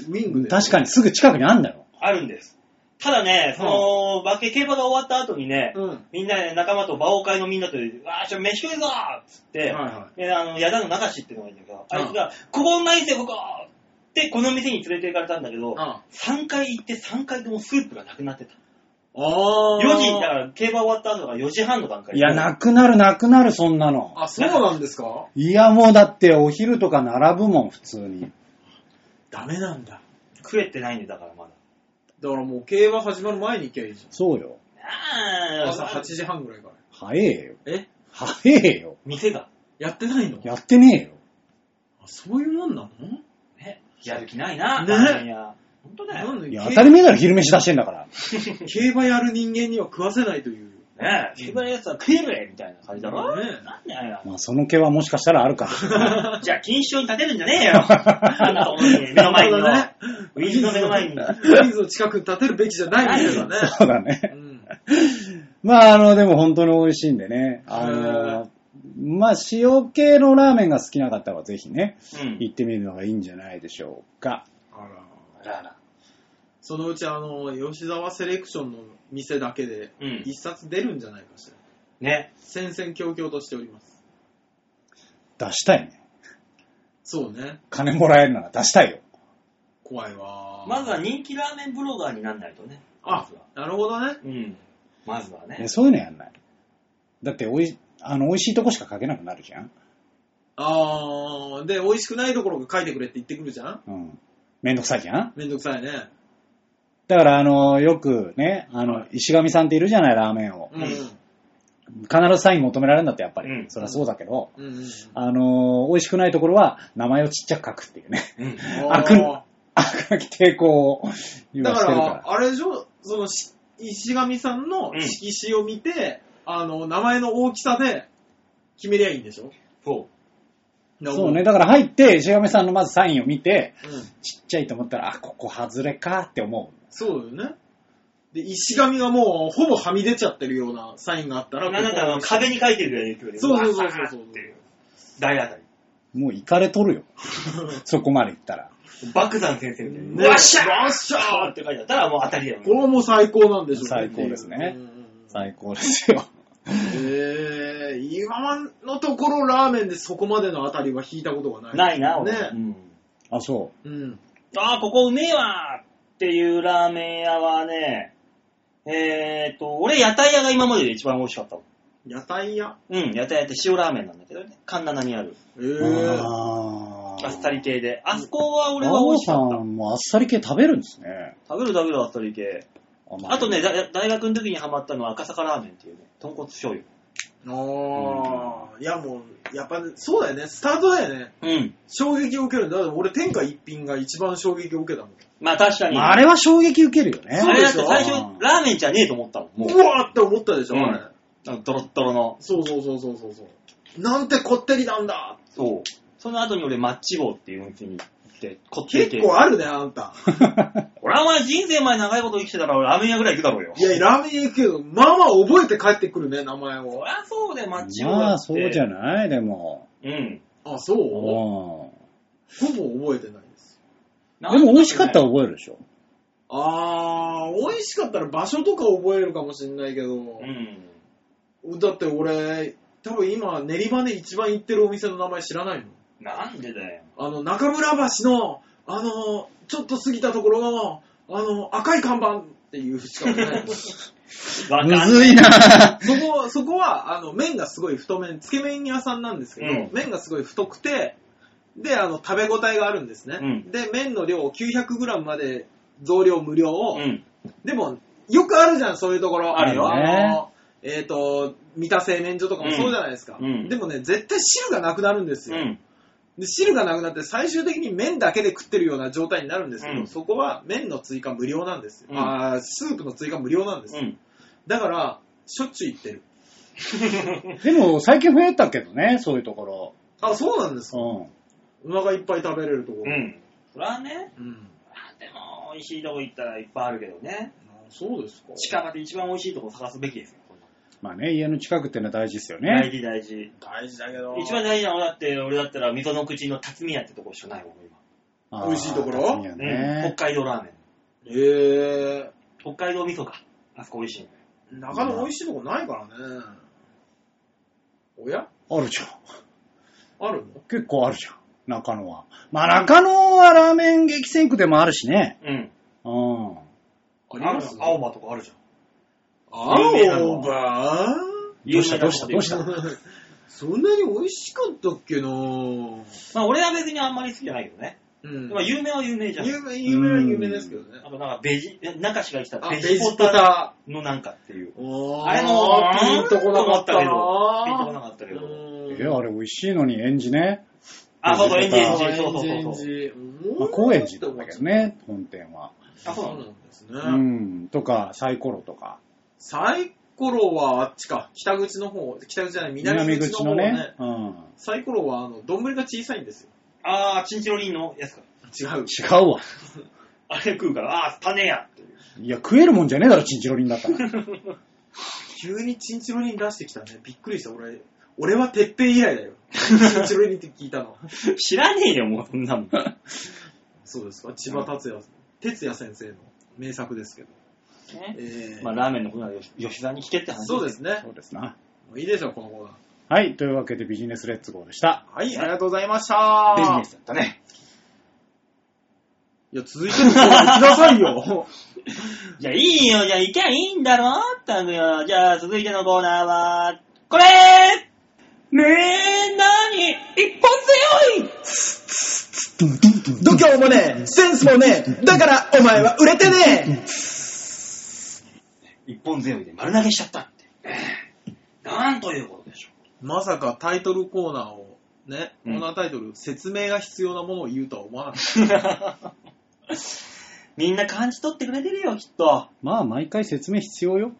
ウィングで。確かにすぐ近くにあんだよ。あるんです。ただね、その、馬券競馬が終わった後にね、うん。はいみんなで仲間と馬王会のみんなと、わー、ちょ、飯食いぞーっつって、はで、あの、矢田の中志ってのがいるんだけど、うんあいつが、ここうまいんですよ、ここって、この店に連れて行かれたんだけどい。、あ3回行って3回ともスープがなくなってた。あ4ー。時、だから競馬終わった後が4時半の段階いや、なくなるなくなる、そんなの。あ、そうなんですかいや、もうだってお昼とか並ぶもん、普通に。ダメなんだ。食えてないんでだからまだ。だからもう競馬始まる前に行きゃいいじそうよ。あゃん。ー朝8時半ぐらいから。早えよ。え早えよ。店が、やってないのやってねえよ。あそういうもんなのね、やる気ないな、ねラーメン屋。ほんとだなよ。んでいや、当たり競前だろ、昼飯出してんだから。競馬やる人間には食わせないという。ね競馬のやつは食えるみたいな感じだろ、ねなんだよ。まあ、その毛はもしかしたらあ るか。じゃあ、錦糸町に立てるんじゃねえ よ。あんなところに、目の前 にの。なウィンズの目の前に。ウィンズの近くに立てるべきじゃないんですよね。そうだね。うん。まあ、あの、でも本当に美味しいんでね。へあの、まあ、塩系のラーメンが好きな方はぜひね、うん。行ってみるのがいいんじゃないでしょうか。あら。あらあらそのうちあの、吉沢セレクションの店だけでうん、一冊出るんじゃないかしら。ね。戦々恐々としております。出したいね。そうね。金もらえるなら出したいよ。怖いわー。まずは人気ラーメンブロガーになんないとね。まあずは、なるほどね。うん。まずはえね。そういうのやんない。だって、おい、あの、美味しいとこしか書けなくなるじゃん。あー、で、美味しくないところが書いてくれって言ってくるじゃんうん。めんどくさいじゃん。めんどくさいね。だから、あの、よくね、あの、石神さんっているじゃない、ラーメンを。うん。必ずサイン求められるんだって、やっぱり。うんそりゃそうだけど、うんうん。あの、美味しくないところは、名前をちっちゃく書くっていうね。うん。あくん悪なき抵抗を今だしてか、るからら。あれでしょ、そのし、石神さんの色紙を見て、あの、名前の大きさで決めりゃいいんでしょそそうね。。だから入って、石亀さんのまずサインを見て、うん。ちっちゃいと思ったら、あ、ここ外れかって思そうだよね。で、石神がもう、ほぼはみ出ちゃってるようなサインがあったう。ら、なんだったらあの壁に書いてるぐらいの勢いで。そうそうそうそうわーっていう。大当たり。う。もう行かれとるよ。そこまで行ったら。爆山先生みたいにねわっしゃーわっしゃーって書いてあったらもう当たりだよね。これはもう最高なんでしょうね最高ですねうんうんうん最高ですよ。えー、今のところラーメンでそこまでのあたりは引いたことがない。ないな、俺。うね。んあ、そうん。あー、ここうめえわーっていうラーメン屋はね、えーと、俺、屋台屋が今までで一番美味しかったわ屋台屋。うん、屋台屋って塩ラーメンなんだけどね。神奈川にある。えう。ー、あーあっさり。系で。あそこは俺馬は美王味しさかった。んもあっさり系食べるんですね。食べる食べるあっさり系。まあとね、、だ大学の時にハマったのは赤坂ラーメンっていうね、豚骨醤油。あー、いやもう、やっぱ、そうだよね、スタートだよね。うん。衝撃を受けるんだ。だって俺、天下一品が一番衝撃を受けたもん。まあ確かに。まあ、あれは衝撃受けるよね。あれだってそうでしょ最初、ラーメンじゃねえと思ったもん。もううわーって思ったでしょ、うんあれ。あのドロッドロの。そうそうそうそうそうそう。なんてこってりなんだそう。その後に俺、マッチ棒っていうお店に行って、こってり結系。構あるね、あんた。俺はお前人生前長いこと生きてたら、ラーメン屋ぐらい行くだろうよ。い や、ラーメン屋行くけど、まあまあ覚えて帰ってくるね、名前そをり。ゃそうで、マッチ棒だって。 まあ、そうじゃん。ない、でも。うん。あ、そううんほぼ覚えてないです。でも美味しかったら覚えるでしょ。あー、美味しかったら場所とか覚えるかもしんないけどう、ん。だって俺、多分今、練馬で一番行ってるお店の名前知らないの。なんでだよ。あの、中村橋の、あの、ちょっと過ぎたところの、あの、赤い看板っていうしか覚え ない。わかんむないずいな そこ、そこは、あの、麺がすごい太麺、つけ麺屋さんなんですけど、うん麺がすごい太くて、で、あの、食べ応えがあるんですね。うんで、麺の量を 900g まで増量無料を、うん。でも、よくあるじゃん、そういうところ。あるよあのえっ、と、三田製麺所とかもそうじゃないですか。うんうんでもね、絶対汁がなくなるんですうよ、ん。で。汁がなくなって最終的に麺だけで食ってるような状態になるんですけど、うんそこは麺の追加無料なんですよ。うんあースープの追加無料なんですよ。うん。だから、しょっちゅう行ってる。でも、最近増えたけどね、そういうとこあ、そうなんですか。ろ。お腹いっぱい食べれるとこうろ。ん。それはね、うん。でも美味しいとこ行ったらいっぱいあるけどね。あそうですか。近場で一番美味しいとこ探すべきですよ。こんなのまあね、家の近くってのは大事ですよ大ね。事大事。大事だけど。一番大事なのはだって、俺だったら溝の口の辰巳屋ってとこしかないもん、今。あー美味しいところ辰巳屋うんね北海道ラーメン。へえ北海道味噌か。あそこ美味しいんだよ。ー、なかなか美味しいとこないからね。おやあるじゃん。あるの結構あるじゃん。中野は。まあ中野はラーメン激戦区でもあるしね。うん。うん。あります青葉とかあるじゃん。有名なの青葉どうしたどうしたどうしたそんなに美味しかったっけなぁ。まあ俺は別にあんまり好きじゃないけどね。うんまあ有名は有名じゃん。有名、有名は有名ですけどねあ。となんかベジ、中氏が言ってたあベベジジポポタタのなんかっていう。おーあれも、ピンとこなかったピンとこななかったけど。え、あれ美味しいのに、エンジね。あ、そうそう、エンジンエンジン、そうそうそそううそう。まあ、高円寺なんだけど。ね、本店は。あ、そそうなうなんのですね。うん。とか、サイコロとか。サイコロはあっちか、北口の方、北口じゃない、南口の方ね。南口のね。サイコロは、あの、丼が小さいんですよ。あー、チンチロリンのやつか。違う。うん。違うわ。 あれ食うから、あー、種やっていう。いや、食えるもんじゃねえだろ、チンチロリンだったら。急にチンチロリン出してきたね。びっくりした、俺。俺は鉄平以来だよ。チンチロリンって聞いたの。 知らねえよ、もうそんなもん。そうですか、千葉達也、哲也先生の名作ですけど。ねえーまあ、ラーメンのことなら吉吉沢に聞けって話。そうですねそ。うですな。もういいでしょう、このコーナー。はい、というわけでビジネスレッツゴーでした。はい、ありがとうございました。ビジネスだったね。いや、続いての コー ナー行きなさいよ。じゃあいいよ、じゃあ行きゃいいんだろったくよ。じゃあ続いてのコーナーは、これみんなに一本強い度胸もねえ、センスもねえ、だからお前は売れてねえ。一本強いで丸投げしちゃったって。なんということでしょまさかタイトルコーナーを、ね、うんコーナータイトル、説明が必要なものを言うとは思わなかっ う。みんな感じ取ってくれてるよ、きっと。まあ、毎回説明必要よ。た。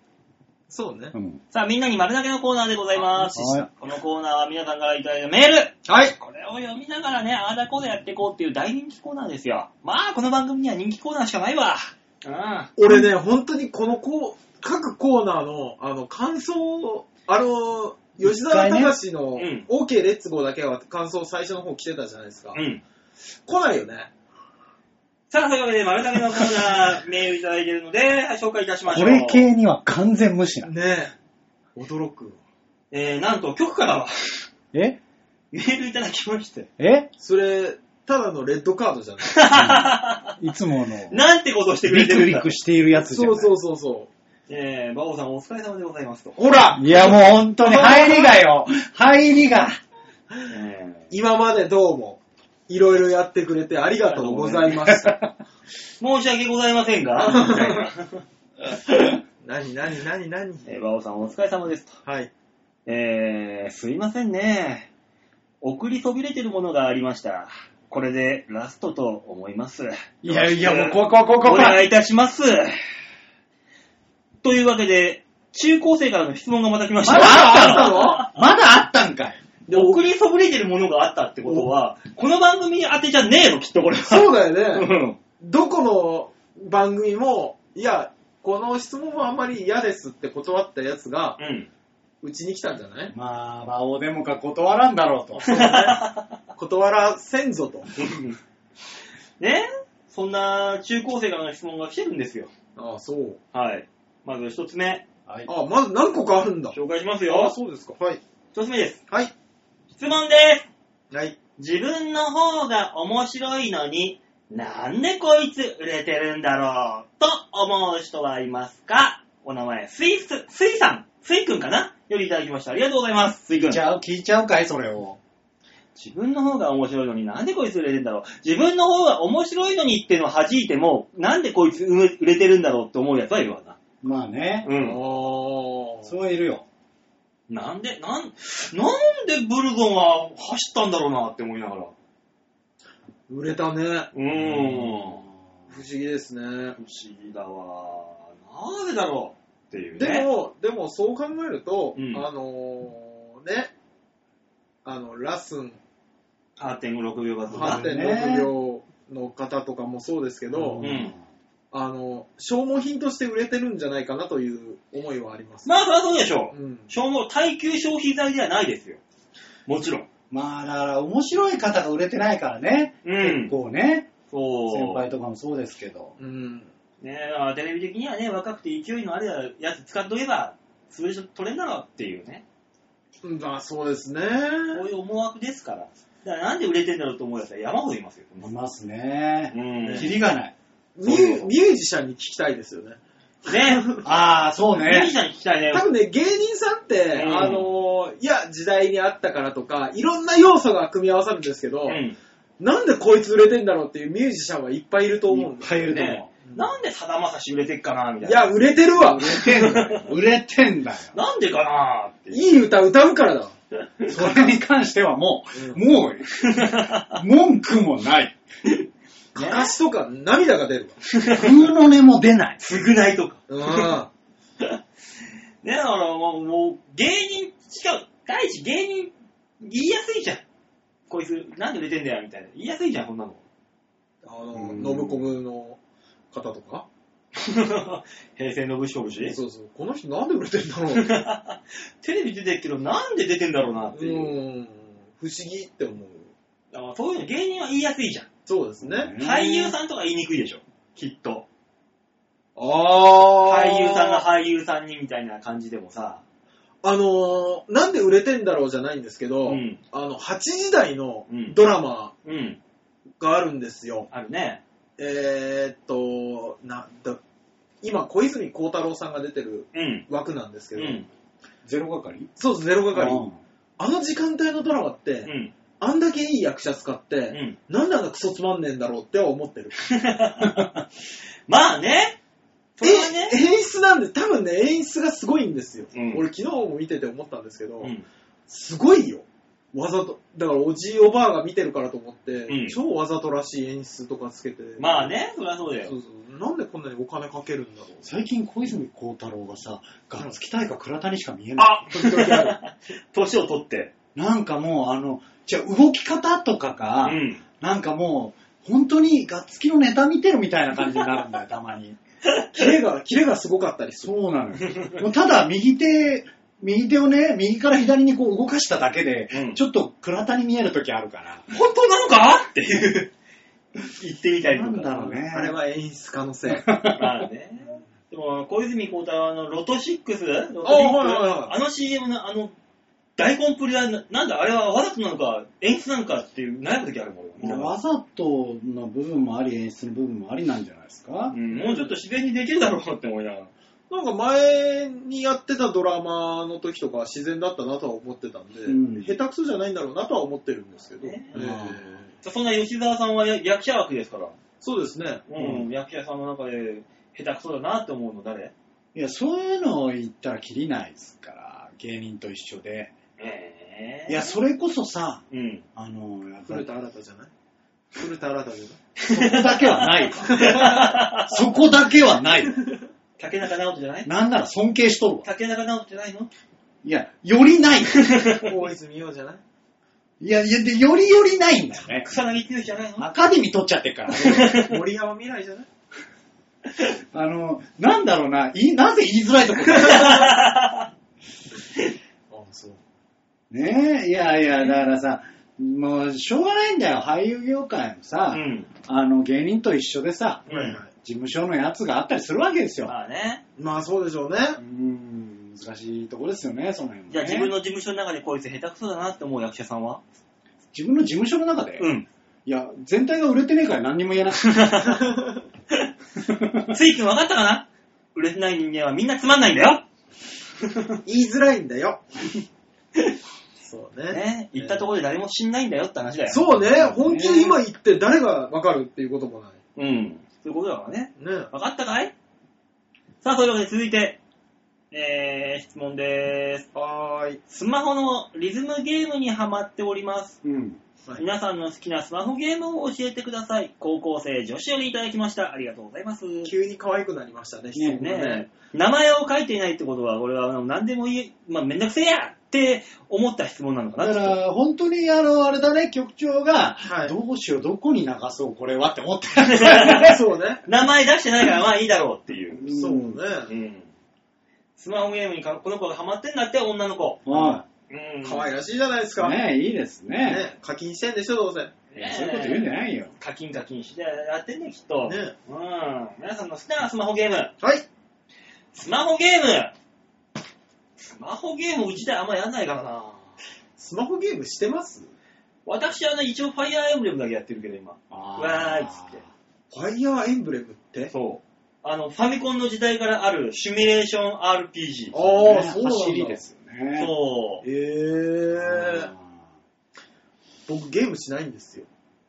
そうねう。ん。さあ、みんなに丸投げのコーナーでございます。あはいこのコーナーは皆さんからいただいたメールはい。これを読みながらね、ああだこうだやっていこうっていう大人気コーナーですよ。まあ、この番組には人気コーナーしかないわ。うん。俺ね、本当にこのこう、各コーナーの、あの、感想を、あの、吉沢隆のうん、 OK レッツゴーだけは感想最初の方来てたじゃないですか。うん。来ないよね。さあ、というわけで、丸投げのコーナー、メールいただいているので、はい紹介いたしましょう。これ系には完全無視な。ねえ。驚く。えー、なんと、局から は、えメールいただきまして。えそれ、ただのレッドカードじゃない。いつもの、 なんてことをしてくれビてクるんビだ。クしているやつじゃ そなういそうそうそえー、馬王さんお疲れ様でございますとう。。ほらいや、もう本当に入りがよ。入りが。えー今までどうも、いろいろやってくれてありがとうございました。申し訳ございません が、みたいな 何、何、何、何。えー、馬王さんお疲れ様ですと。はい。えー、すいませんね。送りそびれてるものがありました。これでラストと思います。いやいや、もう怖い怖い怖いお怖願い。いいたします。というわけで、中高生からの質問がまた来ました。あったのまだあったんかい。で、送りそぶれてるものがあったってことは、この番組に当てじゃねえの、きっとこれは。そうだうよね。んどこの番組も、いや、この質問はあんまり嫌ですって断ったやつが、うん。うちに来たんじゃないまあ、馬王でもか断らんだろうと。断らせんぞと。ねそんな中高生からの質問が来てるんですよ。ああ、そう。はい。まず一つ目、はい。ああ、まず何個かあるんだ。紹介しますああ、よ。そうですか。はい。一つ目です。はい。質問です。はい。自分の方が面白いのに、なんでこいつ売れてるんだろう、と思う人はいますかお名前、スイス、スイさん、スイくんかなよりいただきました。ありがとうございます、スイくん。ゃあ、聞いちゃうかい、それを。自分の方が面白いのになんでこいつ売れてんだろう。自分の方が面白いのにってのを弾いても、なんでこいつ売れてるんだろうって思うやつはいるわな。まあね。うん。それはいるよ。なんで、なん、なんでブルゾンは走ったんだろうなって思いながら。売れたね。うーん。不思議ですね不。思議だわ。なぜだろうっていうね。でも、でもそう考えると、うんあのーね、あの、ラスン8.56秒がとか。 8.6秒の方とかもそうですけど、んあの、消耗品として売れてるんじゃないかなという思いはあります。まあ、そりゃそうでしょう。うん。消耗、耐久消費財ではないですよ。もちろん。まあだから面白い方が売れてないからね。うん結構ね。そう。先輩とかもそうですけど。うん。ねえ、だからテレビ的にはね、若くて勢いのあるやつ使っとけば、潰し取れんだろうっていうね、まあそうですね。そういう思惑ですから。だからなんで売れてんだろうと思うやつは山ほどいますよ。いますねう。ん。キねリがない。ミューミュージシャンに聞きたいですよね。ああ、そうミュージね。シャンに聞きたいね多。分ね、芸人さんって、うんあのーいや、時代にあったからとか、いろんな要素が組み合わさるんですけど、うん。なんでこいつ売れてんだろうっていうミュージシャンはいっぱいいると思うんいっですぱいいるとね思なんでさだまさし売れてっかなみたいいな。や、売れてるわう。。売れてんだよ。売れてんだよ。なんでかなっていう。いい歌歌うからだ。それに関してはもう、もう、文句もない。かかしとか涙が出る空の音も出ない。償いとか。 わ。 ね、だからもう、もう芸人、しかも、第一芸人、言いやすいじゃん。こいつ、なんで売れてんだよ、みたいな。言いやすいじゃん、こん なの。うん。あの、うんノブコブの方とか。平成のぶしこぶしそうそう。この人なんで売れてんだろう。 テレビ出てるけど、なんで出てんだろうなってういう。ん。不思議って思う。だからそういうの芸人は言いやすいじゃん。そうですね。うん俳優さんとか言いにくいでしょ。きっと。ああ。俳優さんが俳優さんにみたいな感じでもさ。あのーなんで売れてんだろうじゃないんですけうど、ん。あの、8時台のうんドラマうん。があるんですよ。あるね。えー、っと、な、だ今、小泉孝太郎さんが出てるうん。枠なんですけうど、ん。ゼロ係そうです、ゼロ係。うんあの時間帯のドラマって、うん。あんだけいい役者使って、うん。 なんであんなクソつまんねえんだろうっては思ってる。まあね。それはね。え演出なんで、多分ね、演出がすごいんですよ。うん俺昨日も見てて思ったんですけど、うん。すごいよ。わざと、だからおじいおばあが見てるからと思って、うん超わざとらしい演出とかつけて。まあね、そりゃそうだそよ。うそう。なんでこんなにお金かけるんだろう。 最近小泉孝太郎がさ、がっつきたいか倉田にしか見えない。あ年を取って。なんかもう、あの、じゃあ動き方とかうが、ん。なんかもう、本当にがっつきのネタ見てるみたいな感じになる んだよ、たまに。キレが、キレがすごかったりする。そうなのよ。もうただ、右手、右手をね、右から左にこう動かしただけで、うんちょっと倉田に見える時あるから。本当なのかっていう。言ってみたいとなんか。だろうね。 あれは演出家のせい。まあね。でも、小泉孝太郎のロト6、ロトあはいはいはいあの CM のあの、大コンプリは、ななんだ、あれはわざとなのか、演出なのかっていう悩む時あるもん俺わざとの部分もあり、演出の部分もありなんじゃないですか、うんもうちょっと自然にできるだろうって思いながら。なんか前にやってたドラマの時とかは自然だったなとは思ってたんで、うん下手くそじゃないんだろうなとは思ってるんですけど、ねえーそんな吉沢さんは役者枠ですから、そうですね。うん、役者さんの中で下手くそだなって思うの誰いや、そういうのを言ったらきりないですから、芸人と一緒で。ええいや、それこそさ、うん。あの、やっぱ古り、田新太じゃない古田新太じゃないそこだけはない わそこだけはないわ竹中直人じゃないなんなら尊敬しとるわ。竹中直人じゃないのいや、よりない。 大泉洋じゃないいや、いやでよりよりないんだよね。草薙剛じゃないのアカデミー取っちゃってるからね。森山未来じゃないあの、なんだろうな、いなぜ言いづらいとこだあそう。ねえ、いやいや、だからさ、もう、しょうがないんだよ。俳優業界もうさ、ん。あの、芸人と一緒でさ、うんはいはい。事務所のやつがあったりするわけですよ。まあね。まあそうでしょうね。うーん、難しいとこですよね、その辺も、ね。じゃあ自分の事務所の中でこいつ下手くそだなって思う役者さんは自分の事務所の中 で、うん。いや、全体が売れてねえから何にも言えなくて。つい君分かったかな売れてない人間はみんなつまんないんだよ 言いづらいんだよ。そうね。ね、行ったところで誰も死んないんだよって話だよ。そうね、本気で今言って誰がわかるっていうこともなうん。そういうことだからね。い。ね。わかったかいさあ、というわけで続いて、えー、質問でーす。はーい。スマホのリズムゲームにハマっております。うん。はい皆さんの好きなスマホゲームを教えてください。高校生女子よりいただきました。ありがとうございます。急に可愛くなりましたね、質問がねね。名前を書いていないってことは、これはあの何でもいい、まあ、めんどくせえやって思った質問なのかな。だかきっとら、本当に、あの、あれだね、局長が、はいどうしよう、どこに流そう、これはって思ってたんだよねそうね。 名前出してないからまあいいだろうっていう。そううね。ん。スマホゲームにかこの子がハマってんだって、女の子。はうん。可愛らしいじゃないですい。か。ねえ、いいですね。ね。課金してんでしょ、どうせ。いねそういうこと言うんじゃないよ。課金課金してやってんね、きっと。ねうん。皆さんの好きなスマホゲーム。はい。スマホゲームスマホゲーム自体あんまやんないからな。スマホゲームしてます私はね、一応ファイアーエンブレムだけやってるけど、今。あわーいっつって。ファイヤーエンブレムってそう。あの、ファミコンの時代からあるシミュレーション RPG。あああ、あ、そそなううんだ。走りで。すよね。そう。えーあ。僕ゲームしないんですよ。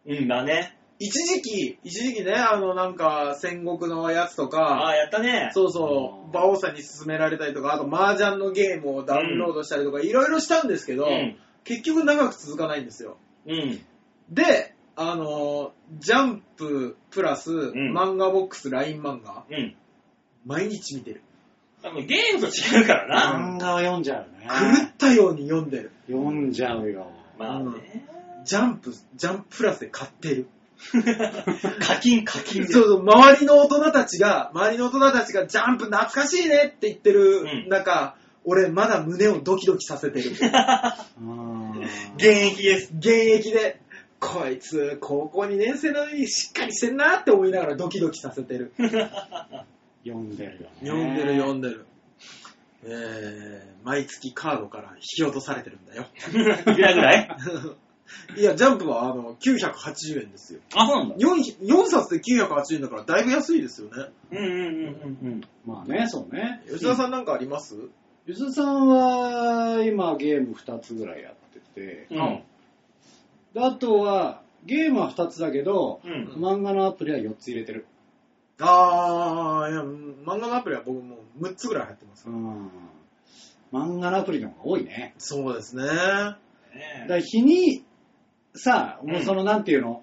うんだね。一時期、一時期ね、あの、なんか、戦国のやつとあか、あ、やったね。そうそう、馬王さんに勧められたりとか、あと麻雀のゲームをダウンロードしたりとか、いろいろしたんですけど、うん。結局長く続かないんですよ。うん。で、あの、ジャンププラス、ん漫画ボックス、LINE 漫画、うん。毎日見てる。多分ゲームと違うからな。漫画は読んじゃう狂っね。たように読んでる。読んじゃうよ。まあね。ジャンプ、ジャンププラスで買ってる。課金課金で。そうそう、周りの大人たちが、周りの大人たちがジャンプ懐かしいねって言ってうんる中、俺まだ胸をドキドキさせてる。 現役です。現役で、こいつ、高校2年生なのにしっかりしてんなって思いながらドキドキさせてる。読んでるよね。読んでる読んでる。えー、毎月カードから引き落とされてるんだよ。いくらぐらいいや、ジャンプはあの980円ですよあ、そうなんだ。 4。4冊で980円だからだいぶ安いですよね。うんうんうんうんまあね、そうね。吉田さんなんかあります、ゆずさんは、今ゲーム2つぐらいやってて、うん。うん。であとは、ゲームは2つだけど、うん。漫画のアプリは4つ入れてる。あー、いや、漫画のアプリは僕もう6つぐらい入ってます。うん。漫画のアプリの方が多いね。そうですね。だから日に、さ、もうそのなんていうの、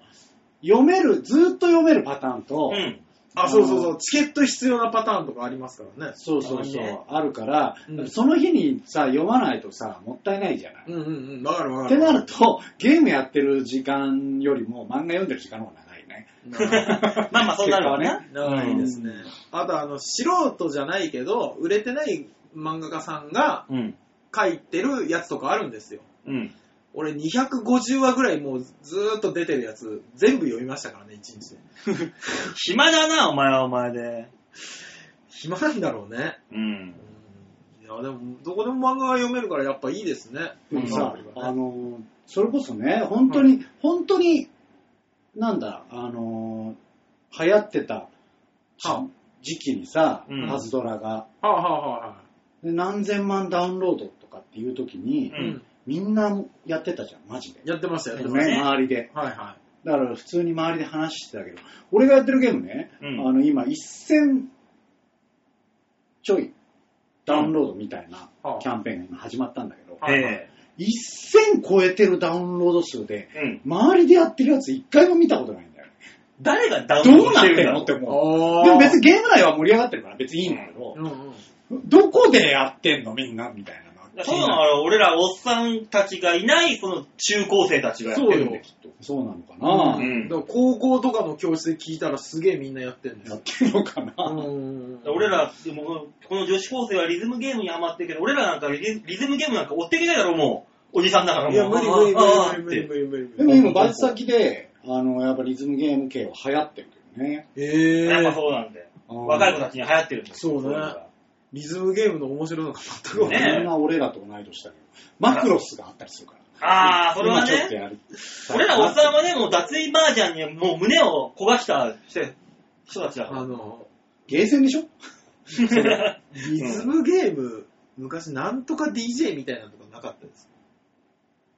読める、ずーっと読めるパターンと、うん。あ、そうそうそう、チケット必要なパターンとかありますからね。そうそうそう、たまにねあるから、うんその日にさ、読まないとさ、もったいないじゃない。うんうんうん、わかるわっかてる。なると、ゲームやってる時間よりも漫画読んでる時間の方が長いね。 まあまあ、そうなる わね。長いですね。あと、あの、素人じゃないけど、売れてない漫画家さんがうん。書いてるやつとかあるんですよ。うん。俺250話ぐらいもうずーっと出てるやつ、全部読みましたからね、1日で。暇だな、お前はお前で。暇なんだろうね。うん。うんいや、でも、どこでも漫画が読めるからやっぱいいですね。でも漫画アさプリ、はあねの、それこそね、本当に、本当に、なんだ、あの、流行ってたは時期にさ、うんパズドラが、あ、はあはあはあ、で何千万ダウンロードとかっていう時うに、うんん。みんなやってたじゃん、マジで。やってました、やってましね、周りで。た。はいはだから普通に周りで話してたけど、俺がやってるゲームね、うんあの今1000ちょいダウンロードみたいなうんキャンペーンが今始まったんだけど、はいえ1000超えてるダウンロード数で、え。うん。周りでやってるやつ一回も見たことないんだよね。誰がダウンローどドうしなっててるんだろんのうってい。思う。あでも別にゲーム内は盛り上がってるから別にいいんだけど、うんうん。どこでやってんのみんなみたいなのはそうなのあれ俺らおっさんたちがいない、その中高生たちがやってるんだよ、きっと。そうなのかな、うんだから高校とかの教室で聞いたらすげえみんなやってんだやよっ。てるのかな、うん俺、ら、でもこの女子高生はリズムゲームにハマってるけど、俺らなんかリズリズムゲームなんか追っていけないだろ、もう。おじさんだからもう。いや、無理無理無理理。無理無理無理無理無理。でも今バイト先で、あの、やっぱリズムゲーム系は流行ってるけどね。えやっぱー、そうなんで。うん若い子たちに流行ってるんですそうねリズムゲームの面白いのが全くわかんない。ねみんな俺らと同い年だけど、マクロスがあったりするから。ああ、それは今ちょっとね。やる。俺らおっさんはね、もう脱衣麻雀にもう胸を焦がした人たちだかあら。の、ゲーセンでしょリズムゲーム、昔なんとか DJ みたいなのとかなかったです。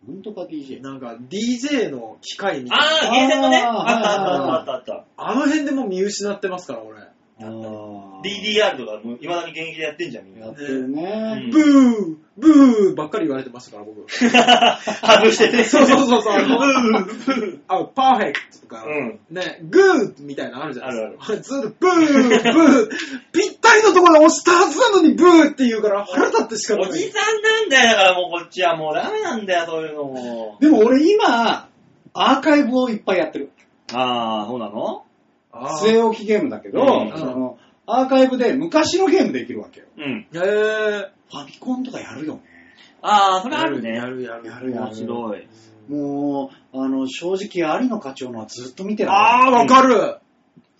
ほんとか DJ。なんか DJ の機械みたいな。ああ、ゲーセンのね。あーあったあったあったあっあの辺でもう見失ってますから、俺。あた。ー DDR とか、もう未だに現役でやってんじゃん、みん やなっ。てるね。ブうんーブーばっかり言われてましたから、 僕。そう外してね。そうそうそう。うんあの、パーフェクトとか、うんね、グーみたいなのあるじゃないですか。ずっとブー、ブー、ぴったりのところで押したはずなのにブーって言うから腹立ってしかなおじい。さんなんだよ、だからもうこっちはもうダメなんだよ、そういうのも。でも俺今、アーカイブをいっぱいやってる。ああ、そうなのあ据え置きゲームだけど、うんそのアーカイブで昔のゲームできるわけよ。うん。えー、ファミコンとかやるよね。ああ、それあるねや。るやるやる。る面白い。もう、あの、正直、有野課長のはずっと見てる。あー、わかる、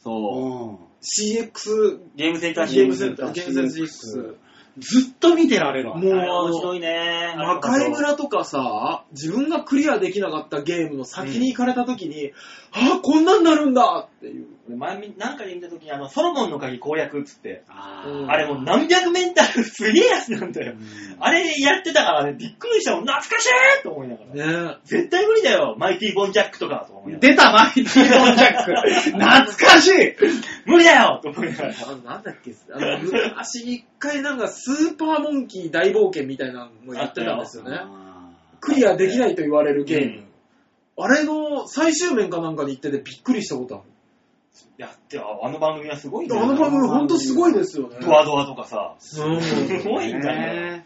そう。うん。 !CX、ゲームセンターゲー CM ムセンター、ゲームセンター CX。ずっと見てられるわ。もうあれ面白いね。魔界村とかさ、自分がクリアできなかったゲームの先に行かれた時に、あー、こんなんなるんだっていう。俺前み、なんかで見た時に、あの、ソロモンの鍵攻略っつって、あうんーあれもう何百メーターすげえやつなんだよう。んあれやってたからね、びっくりしたもん、懐かしいと思いながら。ね絶対無理だよ、マイティボンジャックとか、と思いながら。出た、マイティボンジャック。 懐かしい。無理だよと思いながら。あのなんだっけ、あの、昔一回なんかスーパーモンキー大冒険みたいなのをやってたんですよね。クリアできないと言われるゲーム。あれの最終面かなんかに行っててびっくりしたことあやってよ、あの番組はすごいる。ね。あの番組ほんとすごいですよね。ドアドアとかさ、うんすごいんだよ。ね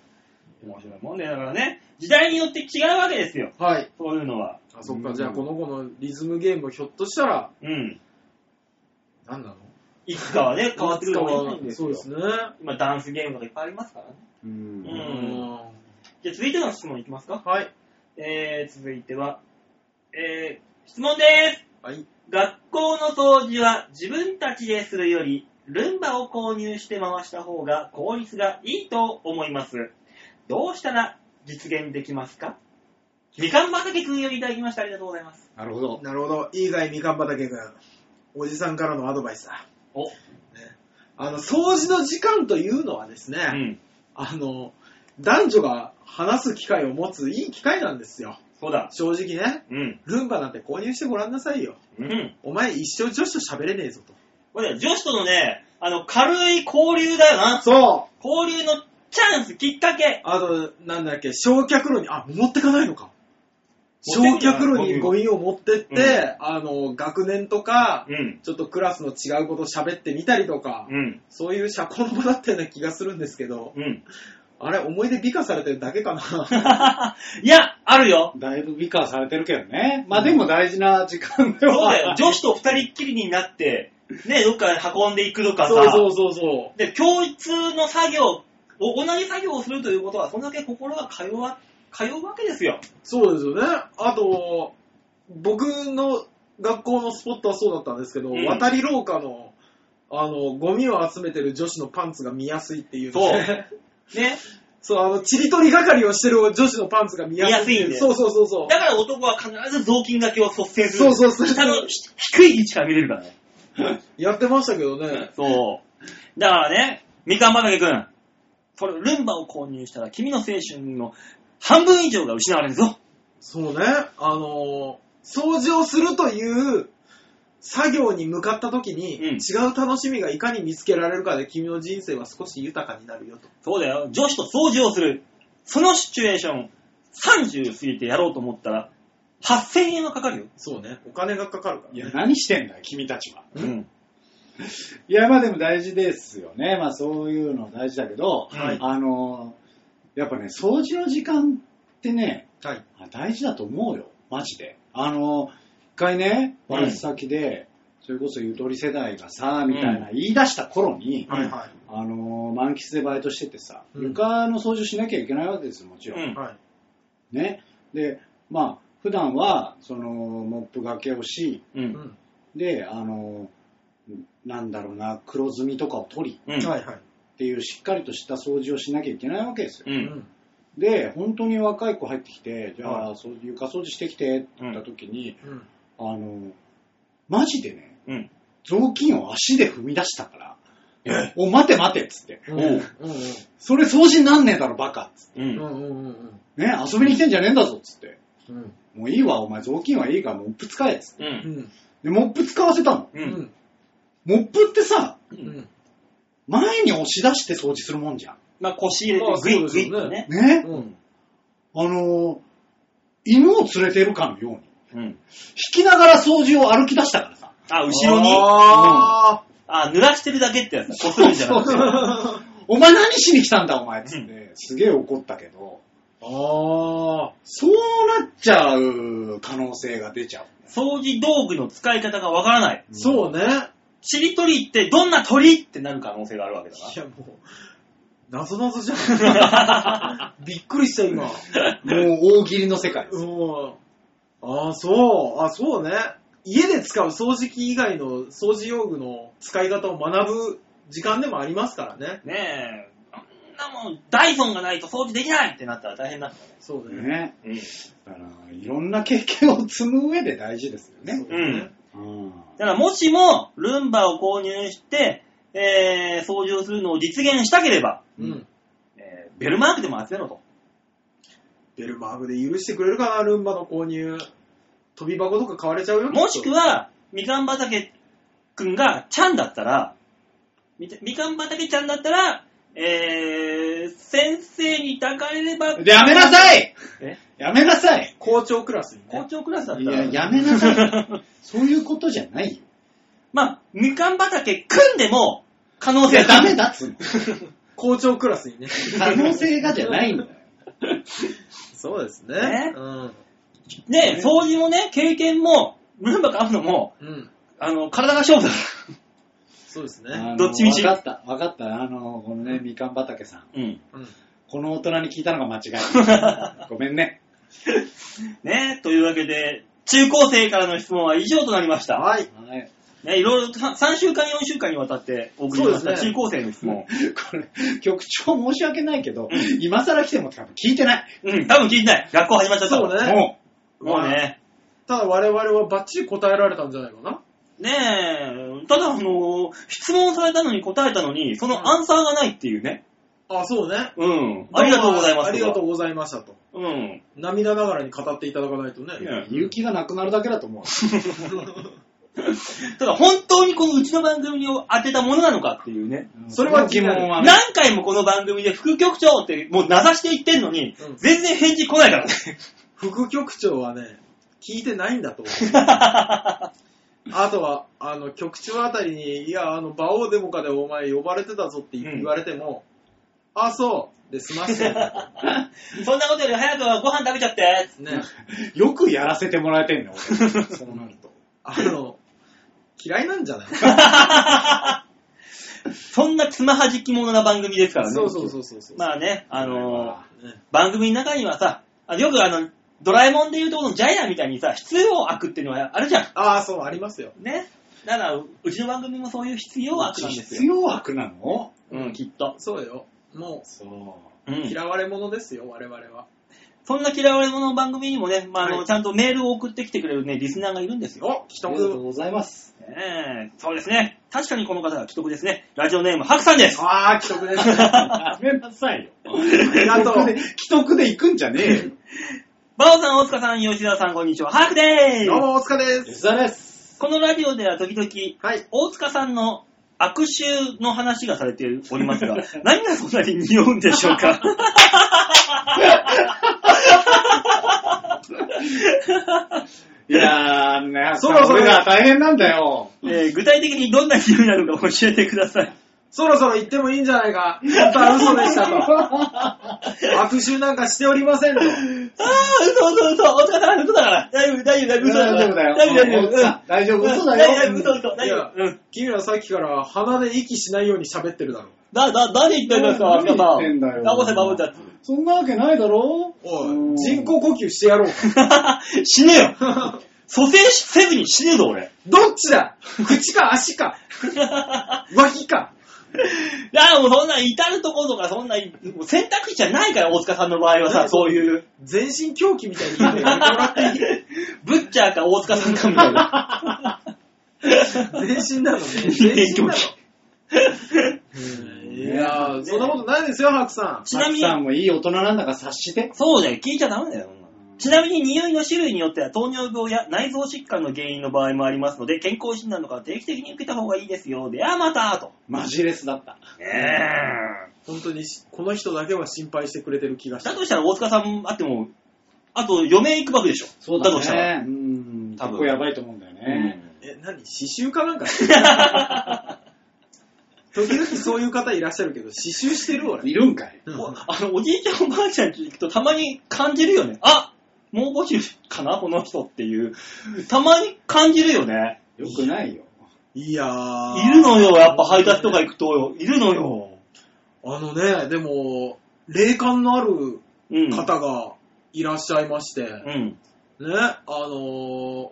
面白いもんね。だからね、時代によって違うわけですよ、はい。そういうのは。あ、そっか、じゃあこの子のリズムゲームひょっとしたら、うん。なんなのいつかはね、変わってくるかもしれないんですそうよ。ですね。今、ダンスゲームとかいっぱいありますからね。うんううんじゃあ、続いての質問いきますか。はい。えー、続いては、えー、質問です。はい。学校の掃除は自分たちでするより、ルンバを購入して回した方が効率がいいと思います。どうしたら実現できますかみかんまさきくんよりいただきました。ありがとうございます。なるほど。なるほど。いいかい、みかん畑くん。おじさんからのアドバイスだ。おね、あの、掃除の時間というのはですね、ん。あの、男女が話す機会を持ついい機会なんですよ。そうだ。正直ね。うん。ルンバなんて購入してごらんなさいよ。うん。お前一生女子と喋れねえぞと。これね女子とのね、あの、軽い交流だよな。そう交流のチャンス、きっかけ。あと、なんだっけ、焼却炉に、あ、持ってかないのか。持って焼く却る炉にゴミを持ってって、ゴミをあの、学年とか、うん。ちょっとクラスの違うこと喋ってみたりとか、うん。そういう社交の場だったような気がするんですけど、うん。あれ、思い出美化されてるだけかな。 いや、あるよ。だいぶ美化されてるけどね。まあでも大事な時間でそうだよ は。。女子と二人っきりになって、ね、どっか運んでいくとかさ。そうそうそうそで、共通の作業、お同じ作業をするということは、そんだけ心が通わ、通うわけですよ。う。そうですよね。あと、僕の学校のスポットはそうだったんですけど、うん渡り廊下の、あの、ゴミを集めてる女子のパンツが見やすいっていうので ね。そう、あの、ちりとり係をしてる女子のパンツが見やすい見ってやすいんでそうそうそうそう。だから男は必ず雑巾がけを率先する。そうそうそう下のひ低い位置から見れるからね。やってましたけどね。そう。だからね、みかん畑くん、これ、ルンバを購入したら君の青春の半分以上が失われるぞ。そうね。あの、掃除をするという作業に向かった時に、うん違う楽しみがいかに見つけられるかで君の人生は少し豊かになるよと。そうだよ。女子と掃除をする。そのシチュエーション、30過ぎてやろうと思ったら、8000円はかかるよ。そうね。お金がかかるからいね。や、何してんだよ、君たちは。うん。いや、まあでも大事ですよね。まあそういうの大事だけど、はいあの、やっぱね、掃除の時間ってね、はい。あ大事だと思うよ、マジで。あの、一回ね、うんバイト先で、それこそゆとり世代がさ、みたいな言い出した頃に、はいはあの、満喫でバイトしててさ、うん床の掃除しなきゃいけないわけですよ、もちうろん。ん。はい。ね。で、まあ、普段は、その、モップがけをし、う。うんん。で、あの、なんだろうな、黒ずみとかを取りうん。はいはい。っていうしっかりとした掃除をしなきゃいけないわけですよ。う。うんん。で、本当に若い子入ってきて、じゃはあ、そう床掃除してきてって言った時に、うん。あの、マジでね、うん雑巾を足で踏み出したから、お、待て待てっつって、うん。おうそれ掃除になんねえだろ、バカっつっうんうん。うん。うん。うん。て、ね、遊びに来てんじゃねえんだぞっつって、うん。もういいわ、お前、雑巾はいいから、モップ使えっつって。う。うんん。で、モップ使わせたの。う。うんん。モップってさ、うん。前に押し出して掃除するもんじゃん。まあ腰入れまてあグイそッうですグイよッとね。ね、うん。あのー犬を連れてるかのように、うん。引きながら掃除を歩き出したからさ。あ、後ろに。ああ、濡らしてるだけってやつだ。こするんじゃなくて。お前何しに来たんだ、お前っつって、すげえ怒ったけど、ーあそうなっちゃう可能性が出ちゃう。掃除道具の使い方がわからない。ー。そうね。ちりとりってどんな鳥ってなる可能性があるわけだいやもう、なぞなぞじゃん。びっくりした今。もう大喜利の世界です。うん。ああ、そう。あそうね。家で使う掃除機以外の掃除用具の使い方を学ぶ時間でもありますからね。な。ねえ、あんなもんダイソンがないと掃除できないってなったら大変だ。そうね。ね。うん。だから、いろんな経験を積む上で大事ですよそうね。うんうん。だからもしも、ルンバを購入して、えー、掃除をするのを実現したければ、うん。えーベルマークでも集めろと。ベルマークで許してくれるかな、ルンバの購入。飛び箱とか買われちゃうよ。もしくは、は、みかん畑くんがちゃんだったら、みたみかん畑ちゃんだったら、えー、先生に抱かれれば、やめなさいえやめなさい校長クラスに校ね。長クラスだっいたら、や、やめなさい。そういうことじゃないよ。 まあ、みかん畑くんでも、可能い性や、がダメだっつうの。校長クラスにね。可能性がじゃないんだよ。 そうですね。ねうん。ね、掃除もね、経験も、ルンバ買うのも、うん。あの、体が勝負だかそうです あね。のどっちみちわかった、わかった。あの、このね、みかん畑さん。ら。うん。うん。この大人に聞いたのが間 違い。ごめんね。ね、というわけで、中高生からの質問は以上となりました。はい。はい。ね、いろいろさ3週間、4週間にわたってお送りしましそうた、ですね中高生の質問。これ、局長申し訳ないけど、今更来ても多分聞いてない。うん、多分聞いてない。学校始まっちゃった。そうね。ももうね。ただ我々はバッチリ答えられたんじゃないかな。ねえ、ただ、あの、質問されたのに答えたのに、そのアンサーがないっていうね。あ、そうね。うん。ありがとうございます。ありがとうございましたと。う。うん。涙ながらに語っていただかないとね。ね う、勇気がなくなるだけだと思う。ただ、本当にこのうちの番組を当てたものなのかっていうね。それは疑疑問問ははね。何回もこの番組で副局長ってもう名指して言ってんのに、うん全然返事来ないからね。副局長はね、聞いてないん だと思う。あとは、あの、局長あたりに、いや、あの、馬王デモカでお前呼ばれてたぞってうん言われても、あ、そう、で済 ましてそんなことより早くご飯食べちゃって。ね、よくやらせてもらえてんの、俺。そうなると。あの、嫌いなんじゃないそんなつまはじき者な番組ですからね。そうそうそうそうそう。まあね、あのーね番組の中にはさ、あよくあの、ドラえもんでいうとこのジャイアンみたいにさ、必要悪っていうのはあるじゃああ、そう、ありますよ。ん。ね。だから、ううちの番組もそういう必要悪なんです必よ。要悪なのうん、きっと。そうよ。もそう。うう、ん。嫌われ者ですよ、我々は。そんな嫌われ者の番組にもね、まあ、あの、はいちゃんとメールを送ってきてくれるね、リスナーがいるんですよ。お、既ありがとう得。ございます。ねえそうですね。確かにこの方が既得ですね。ラジオネーム、ハクさんです。ああ、既得ですね。やめなさ いよ。あり がと既得でう。既得で行くんじゃねえよ。バオさん、大塚さん、吉田さん、こんにちは。ハクでーす。どうも、大塚です。ざです。このラジオでは時々、はい。大塚さんの悪臭の話がされており ますが、何がそんなに匂うんでしょう かいやーね、そろそろ俺ら大変なんだよ。えー具体的にどんな匂いなのか教えてください。そろそろ行ってもいいんじゃないか。本当は嘘で した と。悪臭なんかしておりませんと。ああ、嘘嘘嘘、大塚さん嘘だから。大丈夫、大丈夫、大丈夫、嘘だから。大丈夫大丈夫、だよ。大丈うん夫、嘘だ大丈よ。夫、嘘嘘、大丈いや夫。うん。君らさっきから鼻で息しないように喋ってるだろ。だ、だ、誰言ってんですか、大塚何言さってんん。だよダボせ、ダボせ。そんなわけないだろうおんい、人工呼吸してやろうか。 死ねよ。蘇生せずに死ねえぞ、俺。どっちだ口か足 か脇か。いや、もうそんな、至るところとか、そんな、もう選択肢じゃないから、大塚さんの場合はさ、そういう、全身狂気みたいに言うのやめてもらっていいブッチャーか大塚さんかみたいな。全身なのね。全身なの。うんいやー、そんなことないですよ、ハクさん。ちなみハクさんに、もいい大人なんだから察して。そうだよ、聞いちゃダメだよ、そんなのちなみに匂いの種類によっては糖尿病や内臓疾患の原因の場合もありますので、健康診断とかは定期的に受けた方がいいですよ。ではまたと。マジレスだった。ね本当にしこの人だけは心配してくれてる気がえ。しだた。としたら大塚さんあっても、あと余命いくばくでしょ。そうだとしたら。ね。うん。多分結構やばいと思うんだよね。え、何刺繍かなんかしてる 時々そういう方いらっしゃるけど、刺繍してる俺。いるんかい。うんおあの、おじいちゃんおばあちゃんち行くとたまに感じるよね。あもう募集かなこの人っていう。たまに感じるよね。よくないよ。いやー。いるのよ、やっぱ配達とか行くとよ。いるのよ。あのね、でも、霊感のあるうん。方がいらっしゃいまして、うん。ね、あのー、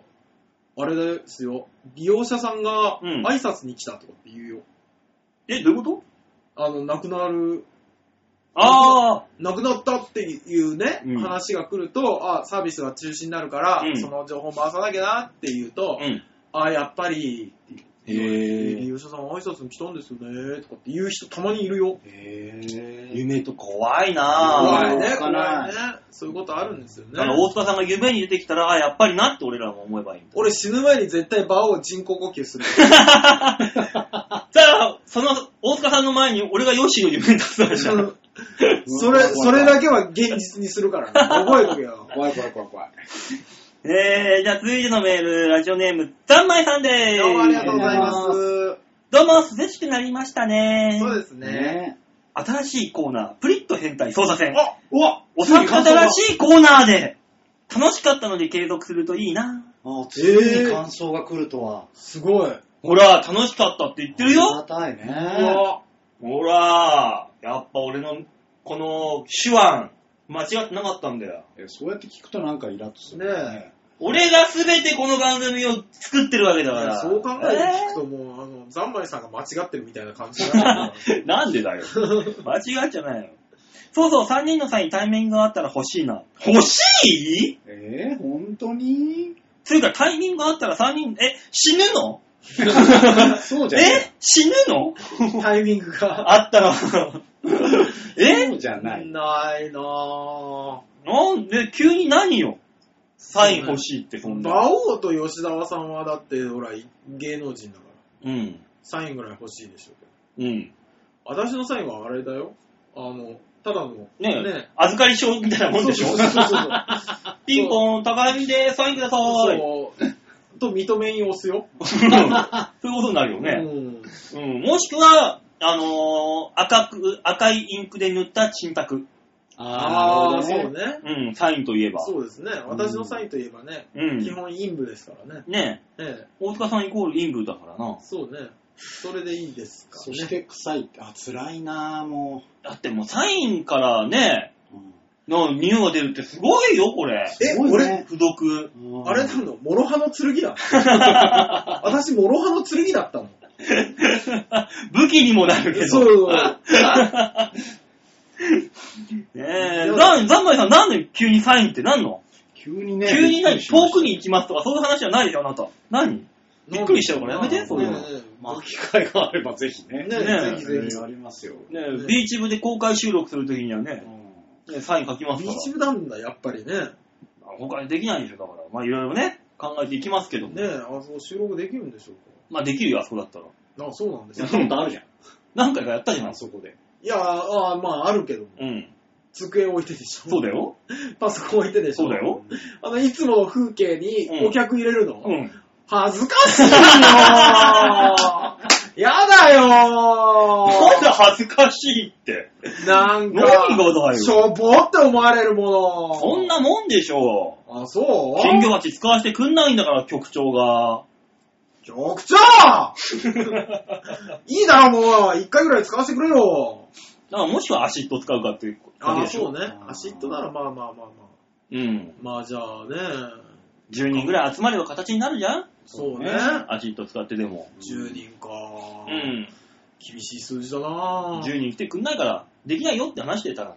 あれですよ、利用者さんがうん挨拶に来たとかって言うよ。え、どういうことあの、亡くなる、あ亡くなったっていうね、うん話が来ると、あ、サービスが中止になるから、うんその情報回さなきゃなって言うあ。と、うん。あ、やっぱり、へ利用者さん挨拶に来たんですよね、とかって言う人たまにいるよ。へ夢と怖いなぁ。怖いね、わか怖んないいね。そういうことあるんですよね。だから大塚さんが夢に出てきたら、あ、やっぱりなって俺らも思えばいい。俺死ぬ前に絶対場を人工呼吸する。じゃあ、その大塚さんの前に俺がヨッシーの夢に立つわけじゃん。それ、それだけは現実にするからね。覚えとけよ。怖い怖い怖い怖い。えー、じゃあ続いてのメール、ラジオネーム、ざんまいさんでーす。どうもありがとうございまありがとうごす。どうも涼しくなりましたねそうですね。ね新しいコーナー、プリッと変態操作戦。あうわお三方らしいコーナーで、楽しかったので継続するといいな。あついに感想が来るとは。すごい。ほら、楽しかったって言ってるあよ。りがたいうね。わほら、やっぱ俺の、この手腕、間違ってなかったんだよ。えそうやって聞くとなんかイラッとする。ね俺が全てこの番組を作ってるわけだから。そう考えて聞くともう、あの、ざんまいさんが間違ってるみたいな感じだ なんでだよ。 間違っちゃないよ。そうそう、3人の際にタイミングがあったら欲しいな。欲しいえー、本当 につうかタイミングがあったら3人、え、死ぬのそうじゃない。え死ぬのタイミングが。あったら。 えそうじゃない。ないなぁ。なんで、急に何よサイン欲しいって、そんな。馬王と吉沢さんはだって、ほら、芸能人だから、うん。サインぐらい欲しいでしょうけど。うん。私のサインはあれだよ。あの、ただの、ねねえ、預かり証みたいなもんでしょそうそうそうそう。ピンポン、高橋でサインください。そう。と認めに押すよ。 そういうことになるよね。うん。うん。もしくは、あのー赤く、赤いインクで塗った沈託。あー、ーなるそほどうね。ね。うん、サインといえば。そうですね。私のサインといえばね、うん。基本陰部ですからね。ねえ、ええ、大塚さんイコールインブだからな。そうね。それでいいですかそね。して臭いって、あ、辛いなぁ、もだってもうサインからね、う。うんの匂いが出るってすごいよ、これ。え、すごい俺、ね不読。うんあれなの諸刃の剣だ。私、諸刃の剣だったの。武器にもなるけど。そう。ねえ、ざん、ざんまいさんなんで急にサインってなんの急にね。急に何びっくりしま遠したくに行きますとかそういう話じゃないでしょ、あなた。何びっくりしちゃうからやめてそういうのねえねえまあ、機会があればぜひね。ねえねえぜひぜひありますよ。ねねえ、ビーチ部で公開収録するときにはうね、んねサイン書きますビかーチ部なんだ、やっぱりね。ら。他にできないでしょ、だから。まあいろいろね、考えていきますけども。ねえ、あそこ収録できるんでしょうまあできるよ、あそこだったら。か。あ、そうなんですやよっ。たことあるじゃん。 何回かやったじゃないあそこで。いや、あまあ、あるけど、うん。机置いてでしょ。そうだよ。パソコン置いてでしょ。そうだよ。あの、いつもの風景にお客入れるの、うん。恥ずかしいよーやだよ なんで恥ずかしいって。ーなんか、何がだしよ。ょぼって思われるもの。そんなもんでしょう。あ、そう金魚鉢使わせてくんないんだから、局長が。局 長いいだろ、もう。一回ぐらい使わせてくれよ。だからもしくはアシッド使うかっていうだけあ、でしょ。そうね。アシットならまあまあまあまうん。あ。まあじゃあね。 10人ぐらい集まれば形になるじゃんそうね。アシッド使ってでも。 10人か。うん。厳しい数字だな10人来てくんないから、できないよって話してたら な。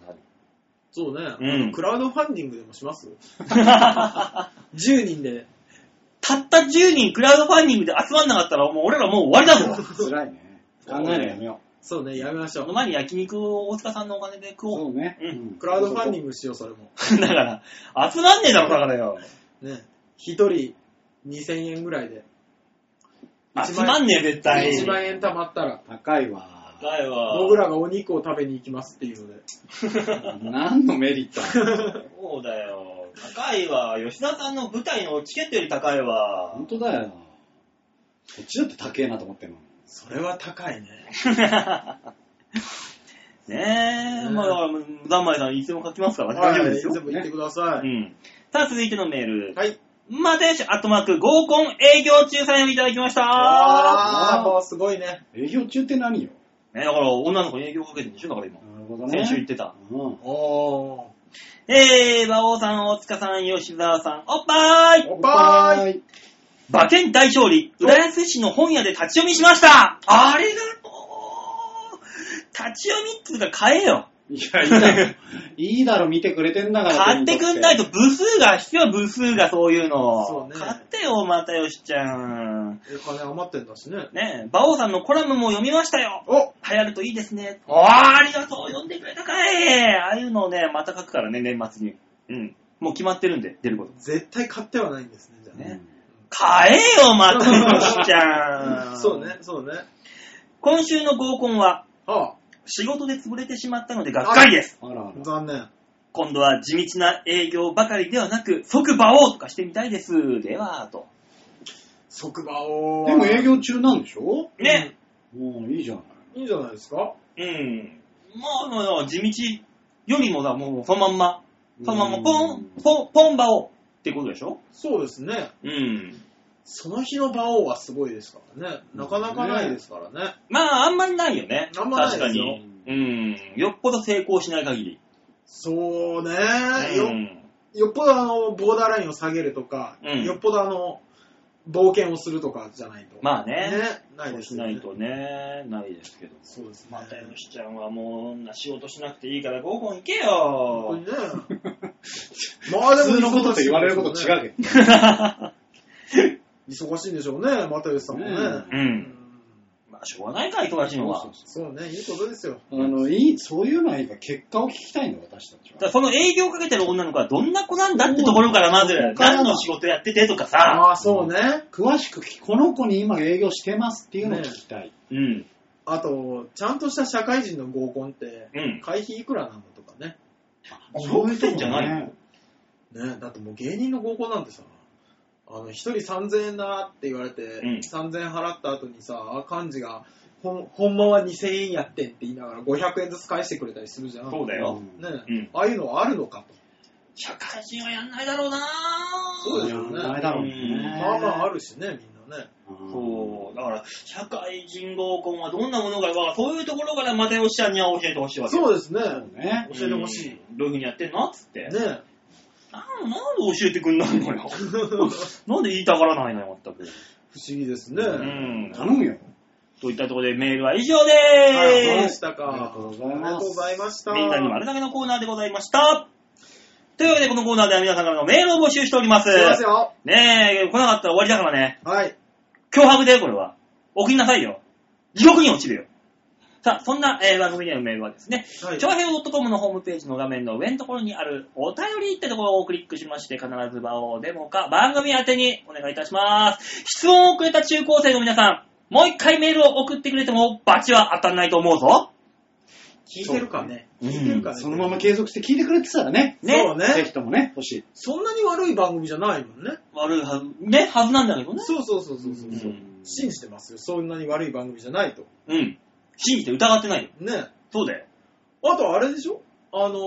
そうね。うん。クラウドファンディングでもします ?10 人で。たった10人クラウドファンディングで集まんなかったら、もう俺らもう終わりだぞ。辛いね。考えるのやめよそうね、やめましょそのう。前に焼肉を大塚さんのお金で食お。そううね。うんんクラウドファンディングしよう、それも。 だから、集まんねえだろ、だからよ。ね。一人2000円ぐらいで。集まんねえ、絶対。 1万円貯まったら、高いわ。だよ。僕らがお肉を食べに行きますっていうので。何のメリットあるそうだよ。高いわ。吉田さんの舞台のチケットより高いわ本。当だよ。こっちだって高えなと思ってるの。それは高いね。 ねえ、うんまあ、だからざんまいさん、いつでも書きますから、大はい丈夫ですよ。全部言ってくださうい。ん。さあ、続いてのメール。はい。またよし、アットマーク、合コン営業中さんよりいただきました。ああ、もうすごいね。営業中って何よ。ね、だから、女の子に営業かけてるんでしょ、だから今。なるほど先週言ってた。うん。おー。えー、馬王さん、大塚さん、吉沢さん、おっぱーいおっぱーい。い。馬券大勝利、浦安市の本屋で立ち読みしましたありがとう立ち読みっつうか買えよいや、いいだろ。いいだろ、見てくれてんだから。買ってくんないと。と部数が必要、部数がそういうの。そうね買ってよ、またよしちゃん。お金余ってんだしね。ねえ、馬王さんのコラムも読みましたよお流行るといいですね。おー、ありがとう読んでくれたかいああいうのをね、また書くからね、年末に。うん。もう決まってるんで、出ること。絶対買ってはないんですね、じゃあねね。買えよ、またよしちゃん。 そうね、そうね。今週の合コンは、ああ、仕事で潰れてしまったのでがっかりです。あらあら。残念。今度は地道な営業ばかりではなく、即馬王とかしてみたいです。では、と。即場を。でも営業中なんでしょね。もういいじゃない。うん。いいんじゃないですかうん。まあまあ、地道よりもだ、もうそのまんま、そのまんま、ポン、ン。ポン、ポン馬王ってことでしょそうですね。うん。その日の馬王はすごいですからね。なかなかないですからね。まあ、あんまりないよね。あんまないですよ確かに。うん。よっぽど成功しない限り。そうね、うよ。ん。よっぽどあの、ボーダーラインを下げるとか、うんよっぽどあの、冒険をするとかじゃないと。まああねね。。ないそうですしよなねい。とね、ないですけど。そうですね。またよしちゃんはもう、仕事しなくていいから合コン行けよ。本当にね。まあで普も通のことと言われることう。違うけど。忙しいんでしょうね、又吉さんもね。ううん。 まあ、しょうがないか、忙しいのは。そうそうそうね、いいことですよ。そうあの、いい、そういうのはいいから、結果を聞きたいんだ、私たちだかは。らその営業をかけてる女の子はどんな子なんだってところからまずうん、何の仕事やっててとかさ。ああ、そうね。詳しく聞き、この子に今営業してますっていうのを聞きたい。うん。あと、ちゃんとした社会人の合コンって、うん。会費いくらなのとかね。そういうことじゃないのね。ね、だってもう芸人の合コンなんてさ、あの、一人3000円だって言われて、ん3000円払った後にさ、幹事が、ほん、ほんまは2000円やってんって言いながら500円ずつ返してくれたりするじゃん。そうだよ。うんね、うんああいうのはあるのかと。社会人はやんないだろうなそうですよねないだろううんね。まあまああるしね、みんなね。そう。だから、社会人合コンはどんなものか、まあそういうところからまたよしちゃんには教えてほしいわけ。そうですね。そうね。うん教えてほしい。ね。どういうふうにやってんのっつって。なんなんで教えてくんないのよ。なんで言いたがらないのよ、全く。不思議ですね。うん。頼むよ。といったところでメールは以上あらそうで。ですしたありがかと。うござあいりがまとうごす。ざいました。みんなに丸投げのコーナーでございました。というわけで、このコーナーでは皆さんからのメールを募集しております。いきますよ。ねえ、来なかったら終わりだからね。はい。脅迫で、これは。送りなさいよ。地獄に落ちるよ。さあ、そんな、えー番組へのメールはですね、はい長編 .com のホームページの画面の上のところにあるお便りってところをクリックしまして、必ず場をデモか番組宛てにお願いいたします。質問をくれた中高生の皆さん、もう一回メールを送ってくれてもバチは当たんないと思うぞ。聞いてるかね。うん聞いてるかね。そのまま継続して聞いてくれてたらね。ねそうぜね。ひともね、欲しい。そんなに悪い番組じゃないもんね。悪いはず、ね、はずなんだけどね。そうそうそうそうそう。ううん信じてますよ。そんなに悪い番組じゃないと。うん。信じて疑ってないよ。ね。そうだよ。あとあれでしょあのー、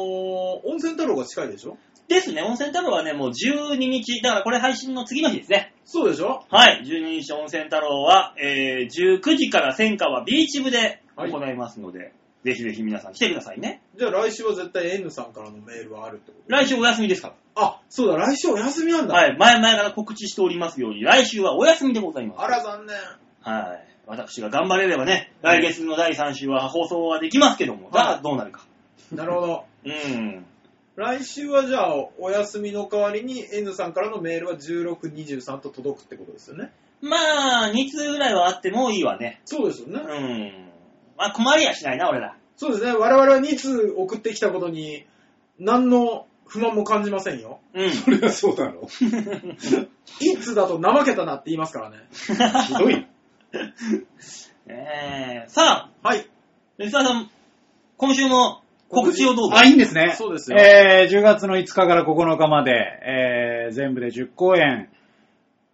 温泉太郎が近いでしょですね、温泉太郎はね、もう12日、だからこれ配信の次の日ですね。そうでしょはい、12日温泉太郎は、えー、19時から千川ビーチ部ではい行いますので、ぜひぜひ皆さん来てくださいね。じゃあ来週は絶対 N さんからのメールはあるってこと来週お休みですかあ、そうだ、来週お休みなら。んだ。はい、前々から告知しておりますように、来週はお休みでございます。あら、残念。はい。私が頑張れればね、来月の第3週は放送はできますけども、いじゃあどうなるか。なるほど。うん。来週はじゃあ、お休みの代わりに N さんからのメールは16、23と届くってことですよね。まあ、2通ぐらいはあってもいいわね。そうですよね。うん。まあ困りはしないな、俺ら。そうですね、我々は2通送ってきたことに、何の不満も感じませんよ。 うん。それはそうだろう。 1通だと怠けたなって言いますからね。ひどい。えー、さあ、はい。吉沢さん、今週も告知をどうぞ。あ、いいんですね。そうですよえー、10月の5日から9日まで、えー、全部で10公演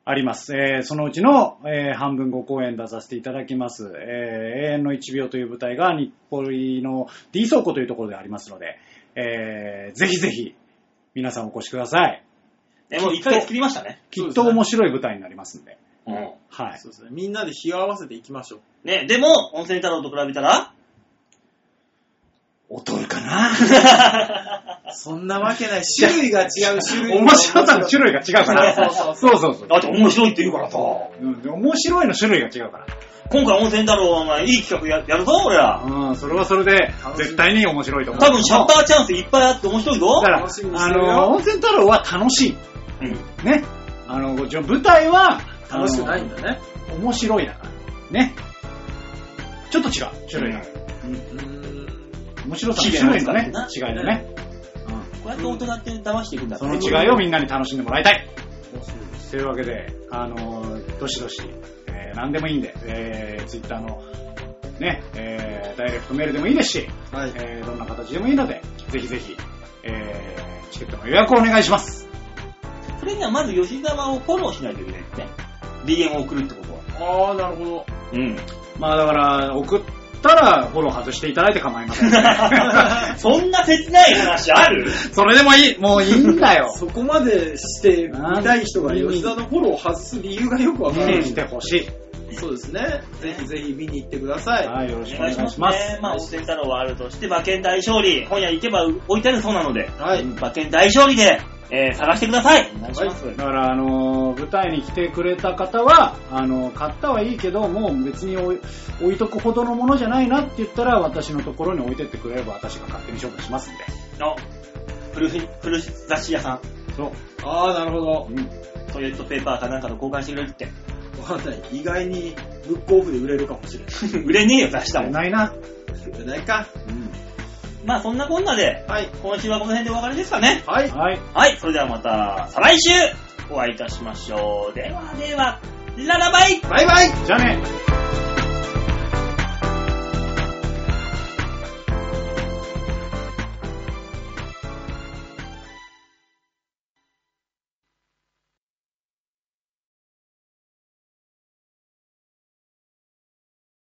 あります。えー、そのうちの、えー、半分5公演出させていただきます。えー、永遠の1秒という舞台が日暮里の D 倉庫というところでありますので、えー、ぜひぜひ皆さんお越しください。えもう1ヶ月切りましたね。きっと面白い舞台になりますんで。うん。はい。そうですね、みんなで日を合わせていきましょう。ね、でも、温泉太郎と比べたら、劣るかなそんなわけない。種類が違う種類。面白さの種類が違うから。そうそうそうそう。だって面白いって言うからさ。うんで面白いの種類が違うから。今回温泉太郎はお前、いい企画ややるぞ、俺ら。うん、それはそれで、絶対に面白いと思う。多分シャッターチャンスいっぱいあって面白いぞだか。ら、楽しみにしあてるよの、温泉太郎は楽しい。うん。ね。あの、こっちの舞台は、楽しくないんあだね。の面白いだから。ね。ちょっと違う。種類が。うーん。面白さ違いのが種類のねな、違いのね。こうやって大人って騙していくんだそからのね違いをみんなに楽しんでもらいたい。というわけで、あの、どしどし、えー何でもいいんで、えー、ツイッターの、ね、えー、ダイレクトメールでもいいですし、はい。えーどんな形でもいいので、ぜひぜひ、えーチケットの予約をお願いします。それにはまず吉沢をフォローしないといけないね。DM を送るってことは。ああ、なるほど。うん。まあだから、送ったらフォロー外していただいて構いません、 そんな切ない話あるそれでもいい、もういいんだよ。 そこまでして見たい人が吉田のフォローを外す理由がよくわ見からなてい。きてほしい。そうですね。ぜひぜひ見に行ってください。はい、よろしおくお願願いいししまますす。ね。まあ、温泉太郎はあるとして、馬券大勝利。本屋行けば置いてあるそうなので、はい。馬券大勝利で、えー探してください。お願いします。だから、あのー舞台に来てくれた方は、あのー買ったはいいけど、もう別に置い置いとくほどのものじゃないなって言ったら、私のところに置いてってくれれば、私が勝手に勝負しますんで。の、古ふ古雑誌屋さん、そう。ああ、なるほど。うんトイレットペーパーかなんかの交換してくれるって。 わかんない。意外にブックオフで売れるかもしれな売れねえよ、雑誌だ買もえん。ないな。い。じゃないか。まあ、そんなこんなで、はい。今週はこの辺でお別れですかね。はい。はい。はい、それではまた、再来週お会いいたしましょう。ではでは、ララバイバイバイじゃあね。